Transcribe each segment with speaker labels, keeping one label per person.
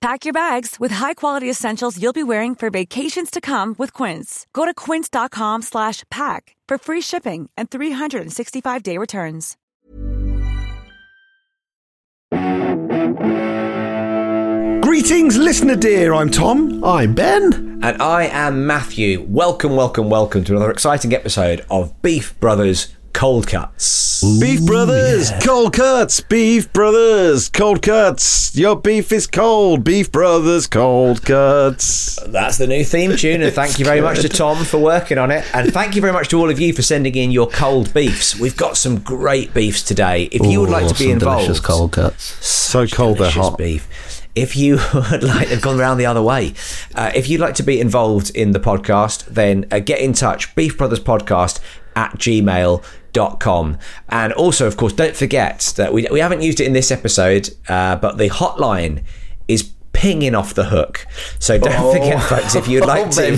Speaker 1: Pack your bags with high-quality essentials you'll be wearing for vacations to come with Quince. Go to quince.com slash pack for free shipping and 365-day returns.
Speaker 2: Greetings, listener dear. I'm Tom.
Speaker 3: I'm Ben.
Speaker 4: And I am Matthew. Welcome, welcome, welcome to another exciting episode of Beef Brothers Cold Cuts.
Speaker 2: Beef Brothers, cold cuts. Beef Brothers, cold cuts. Your beef is cold. Beef Brothers, cold cuts.
Speaker 4: That's the new theme tune, and thank you very much to Tom for working on it. And thank you very much to all of you for sending in your cold beefs. We've got some great beefs today. If you would like to be
Speaker 3: some
Speaker 4: involved,
Speaker 3: Delicious cold cuts.
Speaker 2: So cold they're
Speaker 4: delicious
Speaker 2: hot.
Speaker 4: beef. If you would like, they've gone round the other way. Uh, if you'd like to be involved in the podcast, then uh, get in touch, Beef Brothers Podcast at gmail.com. And also, of course, don't forget that we, we haven't used it in this episode, uh, but the hotline is pinging off the hook. So don't forget, folks, if you'd like to,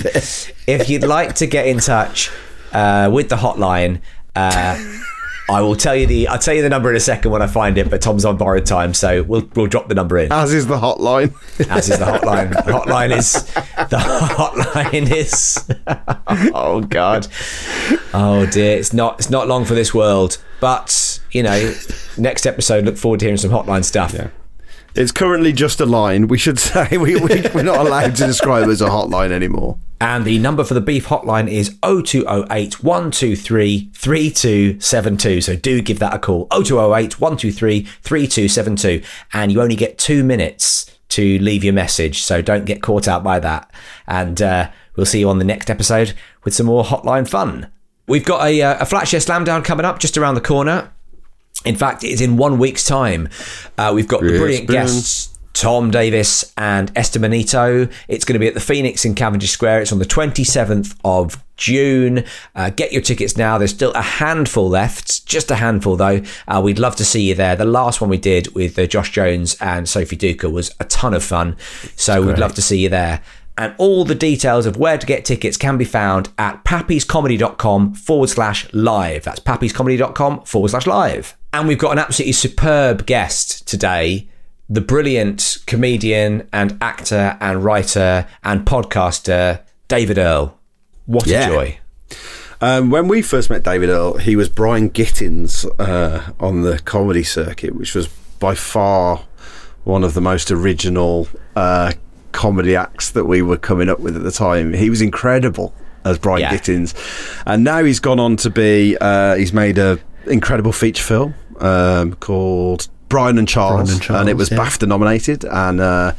Speaker 4: if you'd like to get in touch uh, with the hotline, uh, I will tell you the I'll tell you the number in a second when I find it, but Tom's on borrowed time, so we'll we'll drop the number in.
Speaker 2: As is the hotline.
Speaker 4: As is the hotline. The hotline is the hotline is Oh God. Oh dear. It's not it's not long for this world. But, you know, next episode look forward to hearing some hotline stuff.
Speaker 2: It's currently just a line. We should say we, we, we're not allowed to describe it as a hotline anymore.
Speaker 4: And the number for the beef hotline is 0208 123 3272. So do give that a call. 0208 123 3272. And you only get two minutes to leave your message. So don't get caught out by that. And uh, we'll see you on the next episode with some more hotline fun. We've got a, uh, a flat share slam down coming up just around the corner. In fact, it's in one week's time. Uh, we've got the brilliant
Speaker 2: brilliant.
Speaker 4: guests Tom Davis and Esther Manito. It's going to be at the Phoenix in Cavendish Square. It's on the 27th of June. Uh, get your tickets now. There's still a handful left, just a handful though. Uh, we'd love to see you there. The last one we did with uh, Josh Jones and Sophie Duca was a ton of fun. So we'd love to see you there. And all the details of where to get tickets can be found at pappyscomedy.com forward slash live. That's pappyscomedy.com forward slash live. And we've got an absolutely superb guest today, the brilliant comedian and actor and writer and podcaster, David Earl. What
Speaker 2: Yeah.
Speaker 4: a joy.
Speaker 2: Um, when we first met David Earl, he was Brian Gittins uh, on the comedy circuit, which was by far one of the most original uh, comedy acts that we were coming up with at the time. He was incredible as Brian
Speaker 4: Yeah.
Speaker 2: Gittins, and now he's gone on to be. Uh, he's made a incredible feature film um, called Brian and Charles,
Speaker 3: Brian and Charles,
Speaker 2: it was
Speaker 3: yeah.
Speaker 2: BAFTA nominated, and uh,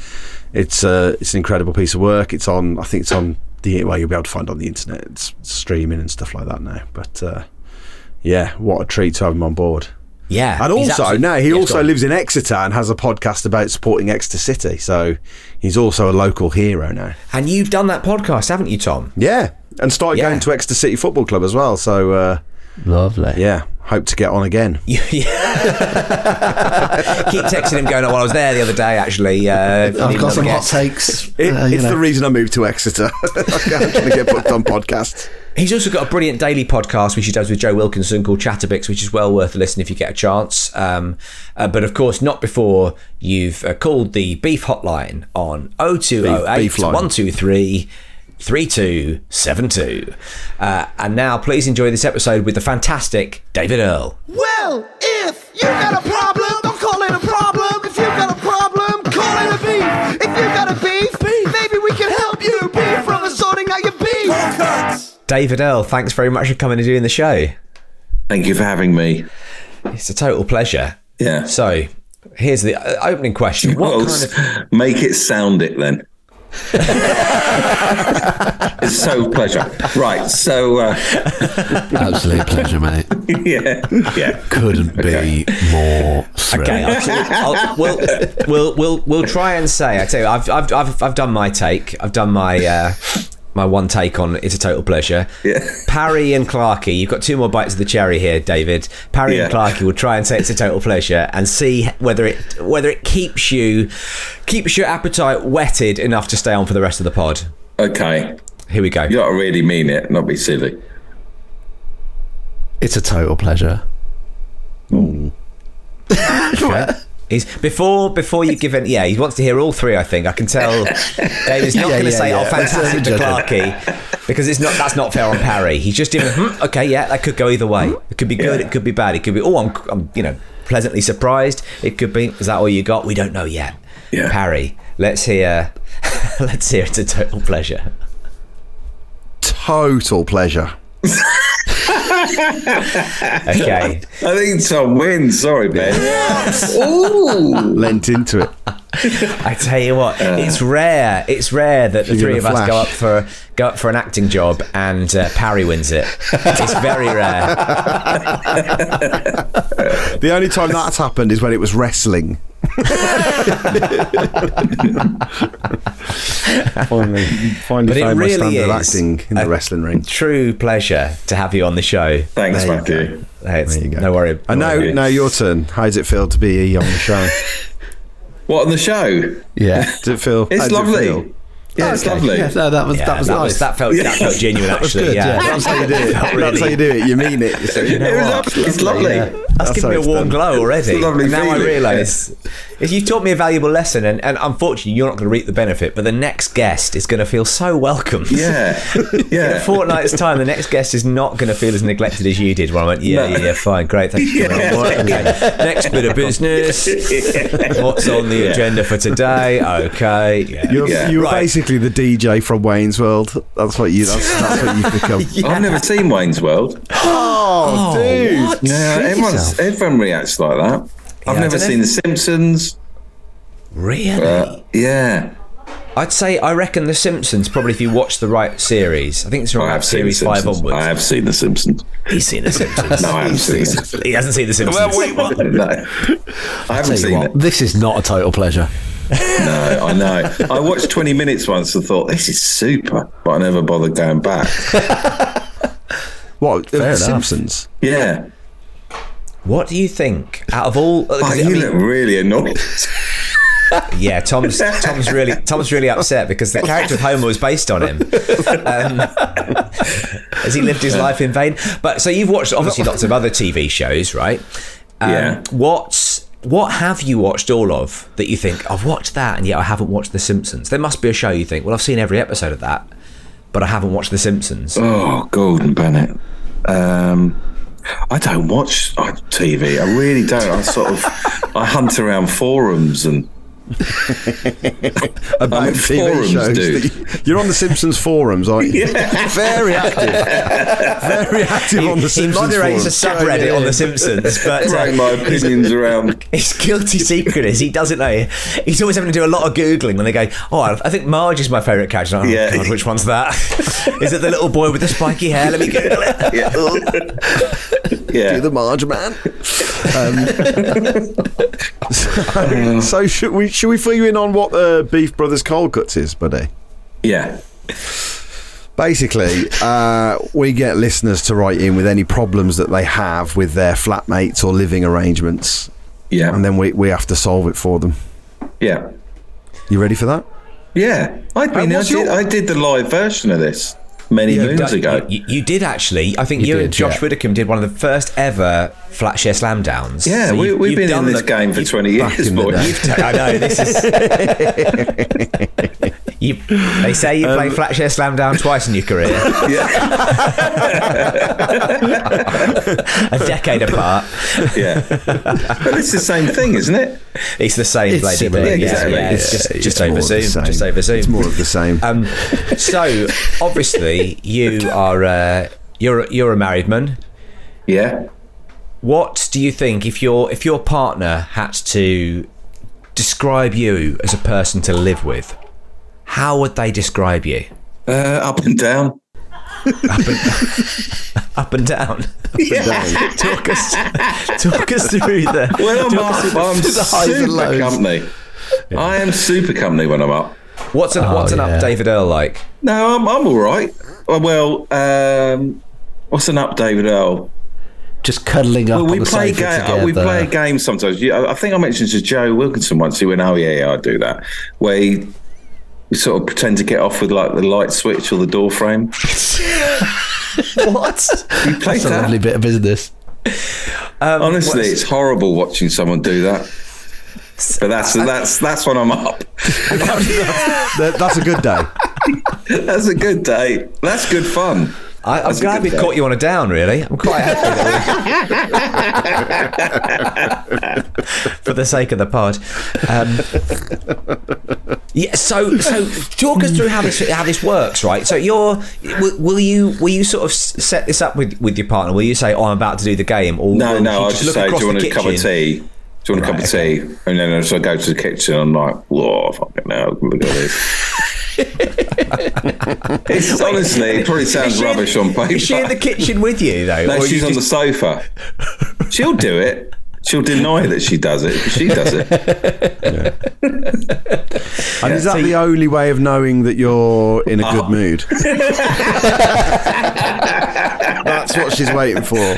Speaker 2: it's uh, it's an incredible piece of work. It's on, I think it's on the well, you'll be able to find it on the internet. It's streaming and stuff like that now. But uh, yeah, what a treat to have him on board.
Speaker 4: Yeah.
Speaker 2: And
Speaker 4: he's
Speaker 2: also,
Speaker 4: absolute-
Speaker 2: no, he
Speaker 4: Yeah, go
Speaker 2: also
Speaker 4: on.
Speaker 2: lives in Exeter and has a podcast about supporting Exeter City. So he's also a local hero now.
Speaker 4: And you've done that podcast, haven't you, Tom?
Speaker 2: Yeah, and started
Speaker 4: Yeah.
Speaker 2: going to Exeter City Football Club as well. So uh,
Speaker 3: Lovely.
Speaker 2: yeah, hope to get on again.
Speaker 4: You- yeah. Keep texting him going, oh, well, I was there the other day, actually. Uh, if you need
Speaker 3: I've
Speaker 4: another
Speaker 3: got some hot
Speaker 4: guest."
Speaker 3: takes.
Speaker 2: It-
Speaker 3: uh, you
Speaker 2: it's
Speaker 3: know.
Speaker 2: the reason I moved to Exeter. I'm trying to get booked on podcasts.
Speaker 4: He's also got a brilliant daily podcast which he does with Joe Wilkinson called Chatterbix, which is well worth a listen if you get a chance. Um, uh, but of course, not before you've uh, called the beef hotline on 0208
Speaker 2: Beef- beef line.
Speaker 4: 123 3272. Uh, and now, please enjoy this episode with the fantastic David Earl.
Speaker 5: Well, if you got a problem, don't call it a problem. If you got a problem, call it a beef. If you got a beef, maybe we can help you. Beef from the sorting out your beef.
Speaker 4: David Earl, thanks very much for coming and doing the show.
Speaker 6: Thank you for having me.
Speaker 4: It's a total pleasure.
Speaker 6: Yeah.
Speaker 4: So, here's the uh, opening question. What
Speaker 6: Well,
Speaker 4: kind of
Speaker 6: s- make it sound it then. it's so pleasure. Right. So uh,
Speaker 3: Absolute pleasure, mate.
Speaker 6: yeah, yeah.
Speaker 3: Couldn't be more thrilled.
Speaker 4: Okay, I'll, I'll, we'll, we'll we'll we'll try and say. I tell you, I've I've I've, I've done my take. I've done my uh, my one take on It's a Total Pleasure.
Speaker 6: Yeah.
Speaker 4: Parry and Clarkey, you've got two more bites of the cherry here, David. Parry and
Speaker 6: Yeah.
Speaker 4: Clarkey will try and say It's a Total Pleasure and see whether it whether it keeps you keeps your appetite whetted enough to stay on for the rest of the pod.
Speaker 6: Okay.
Speaker 4: Here we go.
Speaker 6: You gotta really mean it, not be silly.
Speaker 3: It's a total pleasure.
Speaker 4: He's before before you give any. Yeah, he wants to hear all three. I think I can tell. David's not
Speaker 3: Yeah,
Speaker 4: going to
Speaker 3: yeah,
Speaker 4: say, "Oh,
Speaker 3: yeah.
Speaker 4: fantastic to Clarkey," because it's not. That's not fair on Parry. He's just doing. Hmm, okay, yeah, that could go either way.
Speaker 3: Hmm?
Speaker 4: It could be good. It could be bad. It could be. Oh, I'm, I'm. You know, pleasantly surprised. It could be. Is that all you got? We don't know yet.
Speaker 6: Yeah.
Speaker 4: Parry. Let's hear. let's hear. It's a total pleasure.
Speaker 2: Total pleasure.
Speaker 4: Okay.
Speaker 6: I think Tom wins. Sorry, Ben. Ooh.
Speaker 2: Lent into it.
Speaker 4: I tell you what, it's rare. It's rare that the
Speaker 2: You're
Speaker 4: three of
Speaker 2: gonna
Speaker 4: us go up
Speaker 2: flash.
Speaker 4: for go up for an acting job and uh, Parry wins it. It's very rare.
Speaker 2: The only time that's happened is when it was wrestling. finally, finally
Speaker 4: But
Speaker 2: found
Speaker 4: it
Speaker 2: my
Speaker 4: really
Speaker 2: standard of
Speaker 4: is
Speaker 2: acting in
Speaker 4: a
Speaker 2: the wrestling ring.
Speaker 4: True pleasure to have you on the show.
Speaker 6: Thanks,
Speaker 2: There you
Speaker 6: Matthew.
Speaker 4: Hey, it's- No worry.
Speaker 2: And now,
Speaker 6: Okay.
Speaker 2: now your turn. How does it feel to be on the show?
Speaker 6: What on the show?
Speaker 3: Yeah.
Speaker 2: Does it feel?
Speaker 6: It's
Speaker 2: how does it
Speaker 6: lovely.
Speaker 2: feel?
Speaker 6: Yeah, it's lovely.
Speaker 3: Yeah, no, that was
Speaker 4: Yeah,
Speaker 3: that was nice.
Speaker 4: that felt that felt genuine actually.
Speaker 3: good,
Speaker 4: yeah.
Speaker 3: yeah.
Speaker 2: That's how you do it.
Speaker 4: Not
Speaker 2: That's how
Speaker 4: really.
Speaker 2: you do it. You mean it. So you know
Speaker 6: it was
Speaker 2: what?
Speaker 6: lovely. It's lovely.
Speaker 4: That's,
Speaker 2: That's
Speaker 4: given me
Speaker 2: how
Speaker 4: a
Speaker 2: it's
Speaker 4: warm
Speaker 2: done.
Speaker 4: glow already.
Speaker 6: It's a lovely
Speaker 4: And now I
Speaker 6: feeling,
Speaker 4: realise is you've taught me a valuable lesson, and, and unfortunately, you're not going to reap the benefit. But the next guest is going to feel so welcomed.
Speaker 6: Yeah.
Speaker 4: In a
Speaker 6: Yeah.
Speaker 4: fortnight's time, the next guest is not going to feel as neglected as you did. When I went, yeah,
Speaker 6: No.
Speaker 4: yeah, yeah, fine, great, thank you. for coming on board. Okay. Next bit of business. What's on the
Speaker 6: Yeah.
Speaker 4: agenda for today? Okay, yeah.
Speaker 2: You're,
Speaker 6: Yeah.
Speaker 2: you're
Speaker 4: Right.
Speaker 2: basically the DJ from Wayne's World. That's what you. That's, that's what you've become.
Speaker 6: I've never seen Wayne's World.
Speaker 2: Oh, dude!
Speaker 6: No, everyone's, everyone reacts like that. I've
Speaker 4: Yeah, I
Speaker 6: never
Speaker 4: don't know.
Speaker 6: seen The Simpsons.
Speaker 4: really.
Speaker 6: Uh, yeah.
Speaker 4: I'd say I reckon The Simpsons. Probably if you watch the right series, I think it's from
Speaker 6: I
Speaker 4: about
Speaker 6: have seen The
Speaker 4: series five
Speaker 6: Simpsons.
Speaker 4: onwards.
Speaker 6: I have seen The Simpsons.
Speaker 4: He's seen The Simpsons.
Speaker 6: No, I haven't seen The Simpsons.
Speaker 4: He hasn't seen The Simpsons.
Speaker 6: No. I haven't
Speaker 3: Tell you
Speaker 6: seen
Speaker 3: what,
Speaker 6: it.
Speaker 3: this is not a total pleasure.
Speaker 6: No, I know. I watched 20 minutes once and thought, this is super, but I never bothered going back.
Speaker 2: What? The
Speaker 3: enough.
Speaker 2: Simpsons.
Speaker 6: Yeah.
Speaker 4: What do you think out of all? uh,
Speaker 6: Oh,
Speaker 4: 'cause, I
Speaker 6: you
Speaker 4: mean,
Speaker 6: look really annoyed.
Speaker 4: yeah, Tom's Tom's really Tom's really upset because the character of Homer was based on him. Um, has he lived his life in vain? But so you've watched obviously lots of other TV shows, right? Um,
Speaker 6: Yeah.
Speaker 4: What's what have you watched all of that you think I've watched that and yet I haven't watched The Simpsons? There must be a show you think, well, I've seen every episode of that, but I haven't watched The Simpsons.
Speaker 6: Oh, Gordon Bennett. Um, I don't watch uh, TV. I really don't. I sort of I hunt around forums and
Speaker 2: About TV
Speaker 6: forums,
Speaker 2: shows.
Speaker 6: dude.
Speaker 2: that you- You're on the Simpsons forums, aren't you? Very active. Very active on the
Speaker 4: he
Speaker 2: Simpsons
Speaker 4: moderates a
Speaker 2: forums.
Speaker 4: subreddit on The Simpsons, but uh,
Speaker 6: throw my opinions around.
Speaker 4: His guilty secret is he doesn't know. He's always having to do a lot of googling when they go, "Oh, I I think Marge is my favourite character." Oh,
Speaker 6: Yeah.
Speaker 4: God, which one's that? is it the little boy with the spiky hair? Let me Google it.
Speaker 6: Yeah,
Speaker 2: the Marge man. Um, so, so should we should we fill you in on what uh, Beef Brothers Cold Cuts is, buddy?
Speaker 6: yeah.
Speaker 2: Basically, uh, we get listeners to write in with any problems that they have with their flatmates or living arrangements,
Speaker 6: Yeah,
Speaker 2: and then we, we have to solve it for them.
Speaker 6: yeah,
Speaker 2: You ready for that?
Speaker 6: yeah. I'd been. I,
Speaker 2: what's
Speaker 6: did,
Speaker 2: your-
Speaker 6: I did the live version of this many moons ago.
Speaker 4: You, you did actually. I think you,
Speaker 3: You
Speaker 4: and
Speaker 3: did,
Speaker 4: Josh
Speaker 3: yeah.
Speaker 4: Widdicombe did one of the first ever flat share slam downs.
Speaker 6: yeah,
Speaker 4: So
Speaker 6: we,
Speaker 4: you've-
Speaker 6: we've
Speaker 4: you've
Speaker 6: been in
Speaker 4: done
Speaker 6: this
Speaker 4: the-
Speaker 6: game for
Speaker 4: you've-
Speaker 6: twenty years,
Speaker 2: in the
Speaker 6: boys.
Speaker 2: day.
Speaker 4: You've ta- I know this is. you, they say you play flat share slam down twice in your career,
Speaker 6: Um, yeah,
Speaker 4: a decade apart.
Speaker 6: yeah. But it's the same thing, isn't it?
Speaker 4: It's the same
Speaker 3: It's
Speaker 4: bloody
Speaker 3: similar,
Speaker 4: thing.
Speaker 6: yeah,
Speaker 4: Yeah,
Speaker 6: exactly.
Speaker 4: yeah, it's
Speaker 6: Yeah,
Speaker 4: just,
Speaker 2: it's
Speaker 4: just
Speaker 2: more
Speaker 4: over
Speaker 2: of the
Speaker 4: Zoom.
Speaker 2: same.
Speaker 4: Just over Zoom.
Speaker 2: It's more of the same.
Speaker 4: Um, so obviously, you are uh, you're you're a married man.
Speaker 6: Yeah.
Speaker 4: What do you think if your if your partner had to describe you as a person to live with? How would they describe you?
Speaker 6: Uh, up and down.
Speaker 4: Up and down.
Speaker 6: Yeah.
Speaker 4: Talk us talk us through the
Speaker 6: When I'm up, I'm
Speaker 3: highs and
Speaker 6: super
Speaker 3: lows.
Speaker 6: company. I am super company when I'm up.
Speaker 4: What's an
Speaker 2: oh,
Speaker 4: What's an
Speaker 3: yeah.
Speaker 4: up David Earl like?
Speaker 6: No, I'm, I'm all right. Uh, Well, um, what's an up, David Earl?
Speaker 3: Just cuddling up
Speaker 6: Well, we
Speaker 3: on the
Speaker 6: play
Speaker 3: sofa
Speaker 6: ga- uh,
Speaker 3: together.
Speaker 6: we play a game sometimes. Yeah, I I think I mentioned to Joe Wilkinson once. He went, "Oh yeah, yeah, I do that." Where he we sort of pretend to get off with like the light switch or the door frame.
Speaker 4: What? Um,
Speaker 6: He plays
Speaker 3: That's a
Speaker 6: that.
Speaker 3: lovely bit of business.
Speaker 6: Honestly,
Speaker 4: what's-
Speaker 6: it's horrible watching someone do that. But that's that's that's when I'm up.
Speaker 2: That- that's a good day.
Speaker 6: That's a good day. That's good fun.
Speaker 4: I, I'm
Speaker 6: That's a
Speaker 4: glad
Speaker 6: good
Speaker 4: we
Speaker 6: day.
Speaker 4: caught you on a down. Really, I'm quite happy that we- for the sake of the pod. Um, yeah. So, so talk us through how this how this works, right? So, you're will, will you will you sort of s- set this up with with your partner? Will you say, "Oh, I'm about to do the game," or
Speaker 6: No,
Speaker 4: will she
Speaker 6: no. I just
Speaker 4: look
Speaker 6: say, do
Speaker 4: across
Speaker 6: you want
Speaker 4: the
Speaker 6: a cup of
Speaker 4: kitchen?"
Speaker 6: tea? Do you want a cup of tea? And then as I go to the kitchen, I'm like, whoa, fucking hell, look at this. it's honestly, it probably sounds
Speaker 4: Is she in-
Speaker 6: rubbish on paper.
Speaker 4: Is she in the kitchen with you though?
Speaker 6: no,
Speaker 4: or
Speaker 6: she's
Speaker 4: you
Speaker 6: on
Speaker 4: just-
Speaker 6: the sofa. She'll do it. She'll deny that she does it. but She does it.
Speaker 2: And is that the only way of knowing that you're in a good mood? That's what she's waiting for.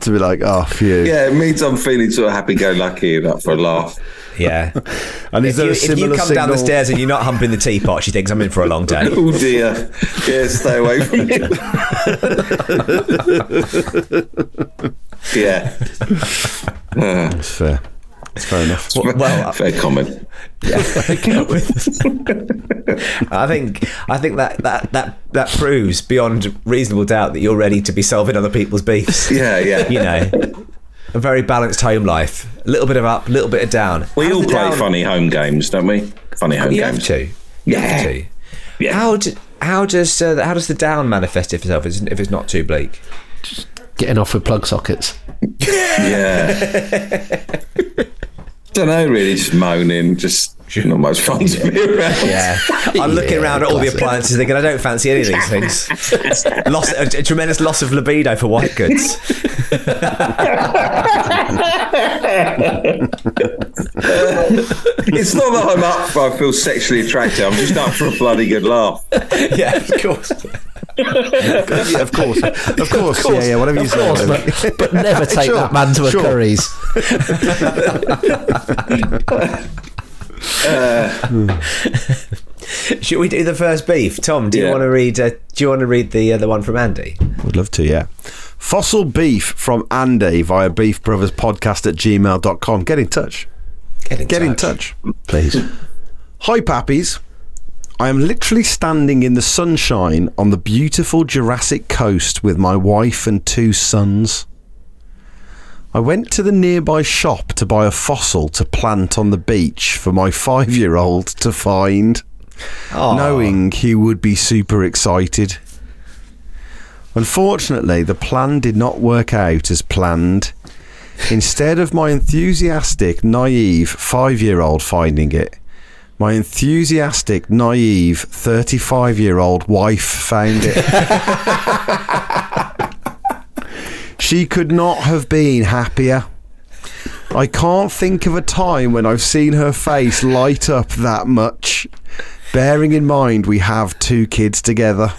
Speaker 2: To be like, oh, phew.
Speaker 6: Yeah, it means I'm feeling sort of happy-go-lucky and up for a laugh.
Speaker 4: yeah.
Speaker 2: And is
Speaker 4: If
Speaker 2: there
Speaker 4: you,
Speaker 2: a
Speaker 4: if you
Speaker 2: similar
Speaker 4: come
Speaker 2: signal?
Speaker 4: down the stairs and you're not humping the teapot, she thinks I'm in for a long day.
Speaker 6: Oh dear. Yeah, stay away from me. yeah,
Speaker 2: It's fair. It's fair enough.
Speaker 4: Well,
Speaker 6: fair comment.
Speaker 4: I think I think that, that that that proves beyond reasonable doubt that you're ready to be solving other people's beefs.
Speaker 6: Yeah, yeah.
Speaker 4: You know, a very balanced home life. A little bit of up, a little bit of down.
Speaker 6: We
Speaker 4: How's
Speaker 6: all
Speaker 4: the
Speaker 6: play
Speaker 4: down-
Speaker 6: funny home games, don't we? Funny home
Speaker 4: You have
Speaker 6: games.
Speaker 4: to. You
Speaker 6: Yeah.
Speaker 4: have to.
Speaker 6: Yeah.
Speaker 4: How do, how does uh, how does the down manifest itself if it's- if it's not too bleak?
Speaker 3: Getting off with plug sockets.
Speaker 6: Yeah. don't know, really. Just moaning. Just not much fun to be around.
Speaker 4: Yeah, I'm looking
Speaker 3: Yeah,
Speaker 4: around at all the
Speaker 3: classic.
Speaker 4: appliances thinking I don't fancy any of these things. loss, a, a tremendous loss of libido for white goods.
Speaker 6: It's not that I'm up. I feel sexually attracted. I'm just up for a bloody good laugh.
Speaker 4: yeah, of course.
Speaker 2: Yeah, of course. Of course. Yeah, yeah, whatever you say.
Speaker 3: but, but never take
Speaker 2: Sure,
Speaker 3: that man to a
Speaker 2: sure.
Speaker 3: curry's.
Speaker 4: Uh, Should we do the first beef, Tom? Do you
Speaker 6: Yeah.
Speaker 4: want to read? Uh, do you want to read the uh, the one from Andy?
Speaker 2: Would love to, yeah. Fossil beef from Andy via Beef Brothers Podcast at gmail.com. Get in touch.
Speaker 4: Get in
Speaker 2: Get in touch. Please. Hi, Pappies. I am literally standing in the sunshine on the beautiful Jurassic coast with my wife and two sons. I went to the nearby shop to buy a fossil to plant on the beach for my five year old to find,
Speaker 4: Oh.
Speaker 2: knowing he would be super excited. Unfortunately, the plan did not work out as planned. Instead of my enthusiastic, naive five year old finding it, my enthusiastic, naive 35 year old wife found it. she could not have been happier. I can't think of a time when I've seen her face light up that much, bearing in mind we have two kids together.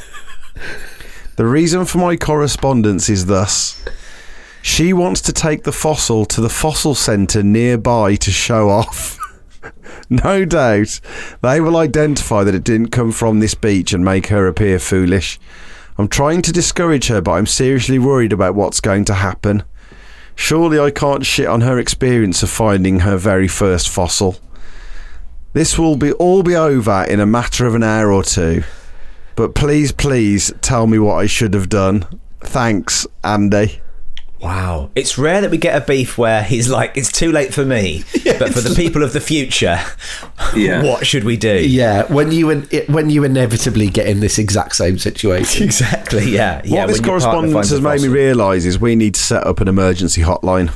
Speaker 2: The reason for my correspondence is thus. She wants to take the fossil to the fossil centre nearby to show off. no doubt they will identify that it didn't come from this beach and make her appear foolish. I'm trying to discourage her, but I'm seriously worried about what's going to happen. Surely I can't shit on her experience of finding her very first fossil. This will be all be over in a matter of an hour or two. But please, please tell me what I should have done. Thanks, Andy.
Speaker 4: Wow, it's rare that we get a beef where he's like, "It's too late for me," but for the people of the future,
Speaker 6: Yeah.
Speaker 4: what should we do?
Speaker 3: Yeah, when you in, it- when you inevitably get in this exact same situation.
Speaker 4: Exactly. Yeah. yeah.
Speaker 2: what this
Speaker 4: when your partner
Speaker 2: correspondence
Speaker 4: finds a
Speaker 2: has made me
Speaker 4: fossil.
Speaker 2: realise is we need to set up an emergency hotline.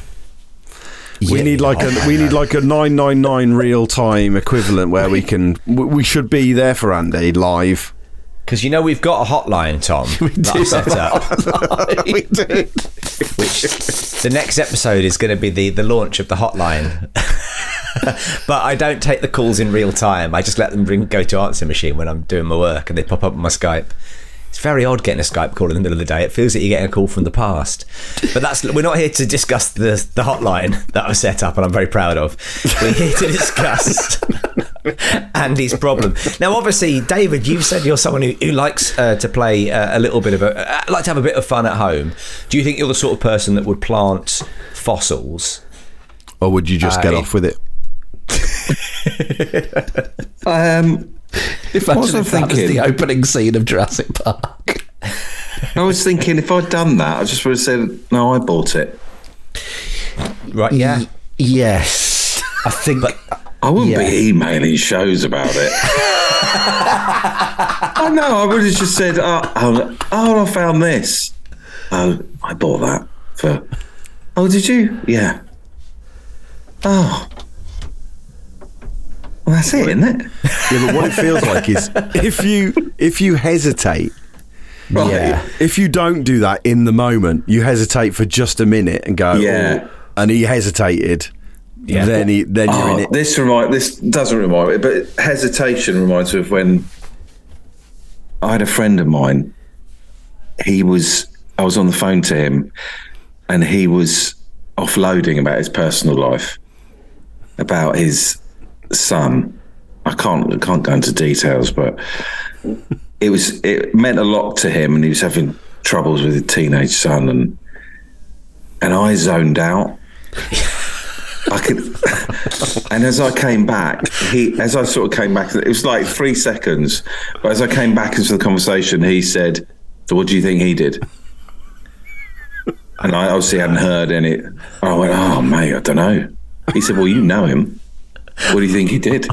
Speaker 2: we
Speaker 3: Yeah.
Speaker 2: need like
Speaker 4: oh,
Speaker 2: a we need like a nine nine nine real time equivalent where we can we, we should be there for Andy live.
Speaker 4: Because you know we've got a hotline, Tom, that I've set up.
Speaker 2: we do.
Speaker 4: Which the next episode is going to be the the launch of the hotline. but I don't take the calls in real time. I just let them ring, go to answer machine when I'm doing my work, and they pop up on my Skype. It's very odd getting a Skype call in the middle of the day. It feels like you're getting a call from the past. But that's we're not here to discuss the the hotline that I've set up, and I'm very proud of. We're here to discuss Andy's problem. Now, obviously, David, you've said you're someone who, who likes uh, to play uh, a little bit of a uh, like to have a bit of fun at home. Do you think you're the sort of person that would plant fossils?
Speaker 2: Or would you just get
Speaker 4: I-
Speaker 2: off with it?
Speaker 6: Um, was
Speaker 3: Imagine
Speaker 6: I
Speaker 3: if that was
Speaker 6: thinking?
Speaker 3: the opening scene of Jurassic Park.
Speaker 6: I was thinking if I'd done that, I just would have said, "No, I bought it."
Speaker 4: Right? Yeah.
Speaker 3: Yes. I think
Speaker 6: I wouldn't
Speaker 3: Yeah.
Speaker 6: be emailing shows about it. I know. I would have just said, oh, oh, oh, I found this. Oh, I bought that for. Oh, did you? Yeah. Oh. Well, that's it, isn't it?
Speaker 2: Yeah, but what it feels like is if you if you hesitate,
Speaker 6: Right.
Speaker 3: Yeah.
Speaker 2: if you don't do that in the moment, you hesitate for just a minute and go,
Speaker 6: Yeah.
Speaker 2: "Oh," and he hesitated. Then he, then you're in
Speaker 6: Oh,
Speaker 2: it.
Speaker 6: this remind this doesn't remind me, but hesitation reminds me of when I had a friend of mine. He was I was on the phone to him, and he was offloading about his personal life, about his son. I can't I can't go into details, but it was it meant a lot to him, and he was having troubles with his teenage son, and and I zoned out. I could, and as I came back, he, as I sort of came back, it was like three seconds. But as I came back into the conversation, he said, "So, what do you think he did?" And I obviously hadn't heard any. I went, "Oh, mate, I don't know." He said, "Well, you know him. What do you think he did?"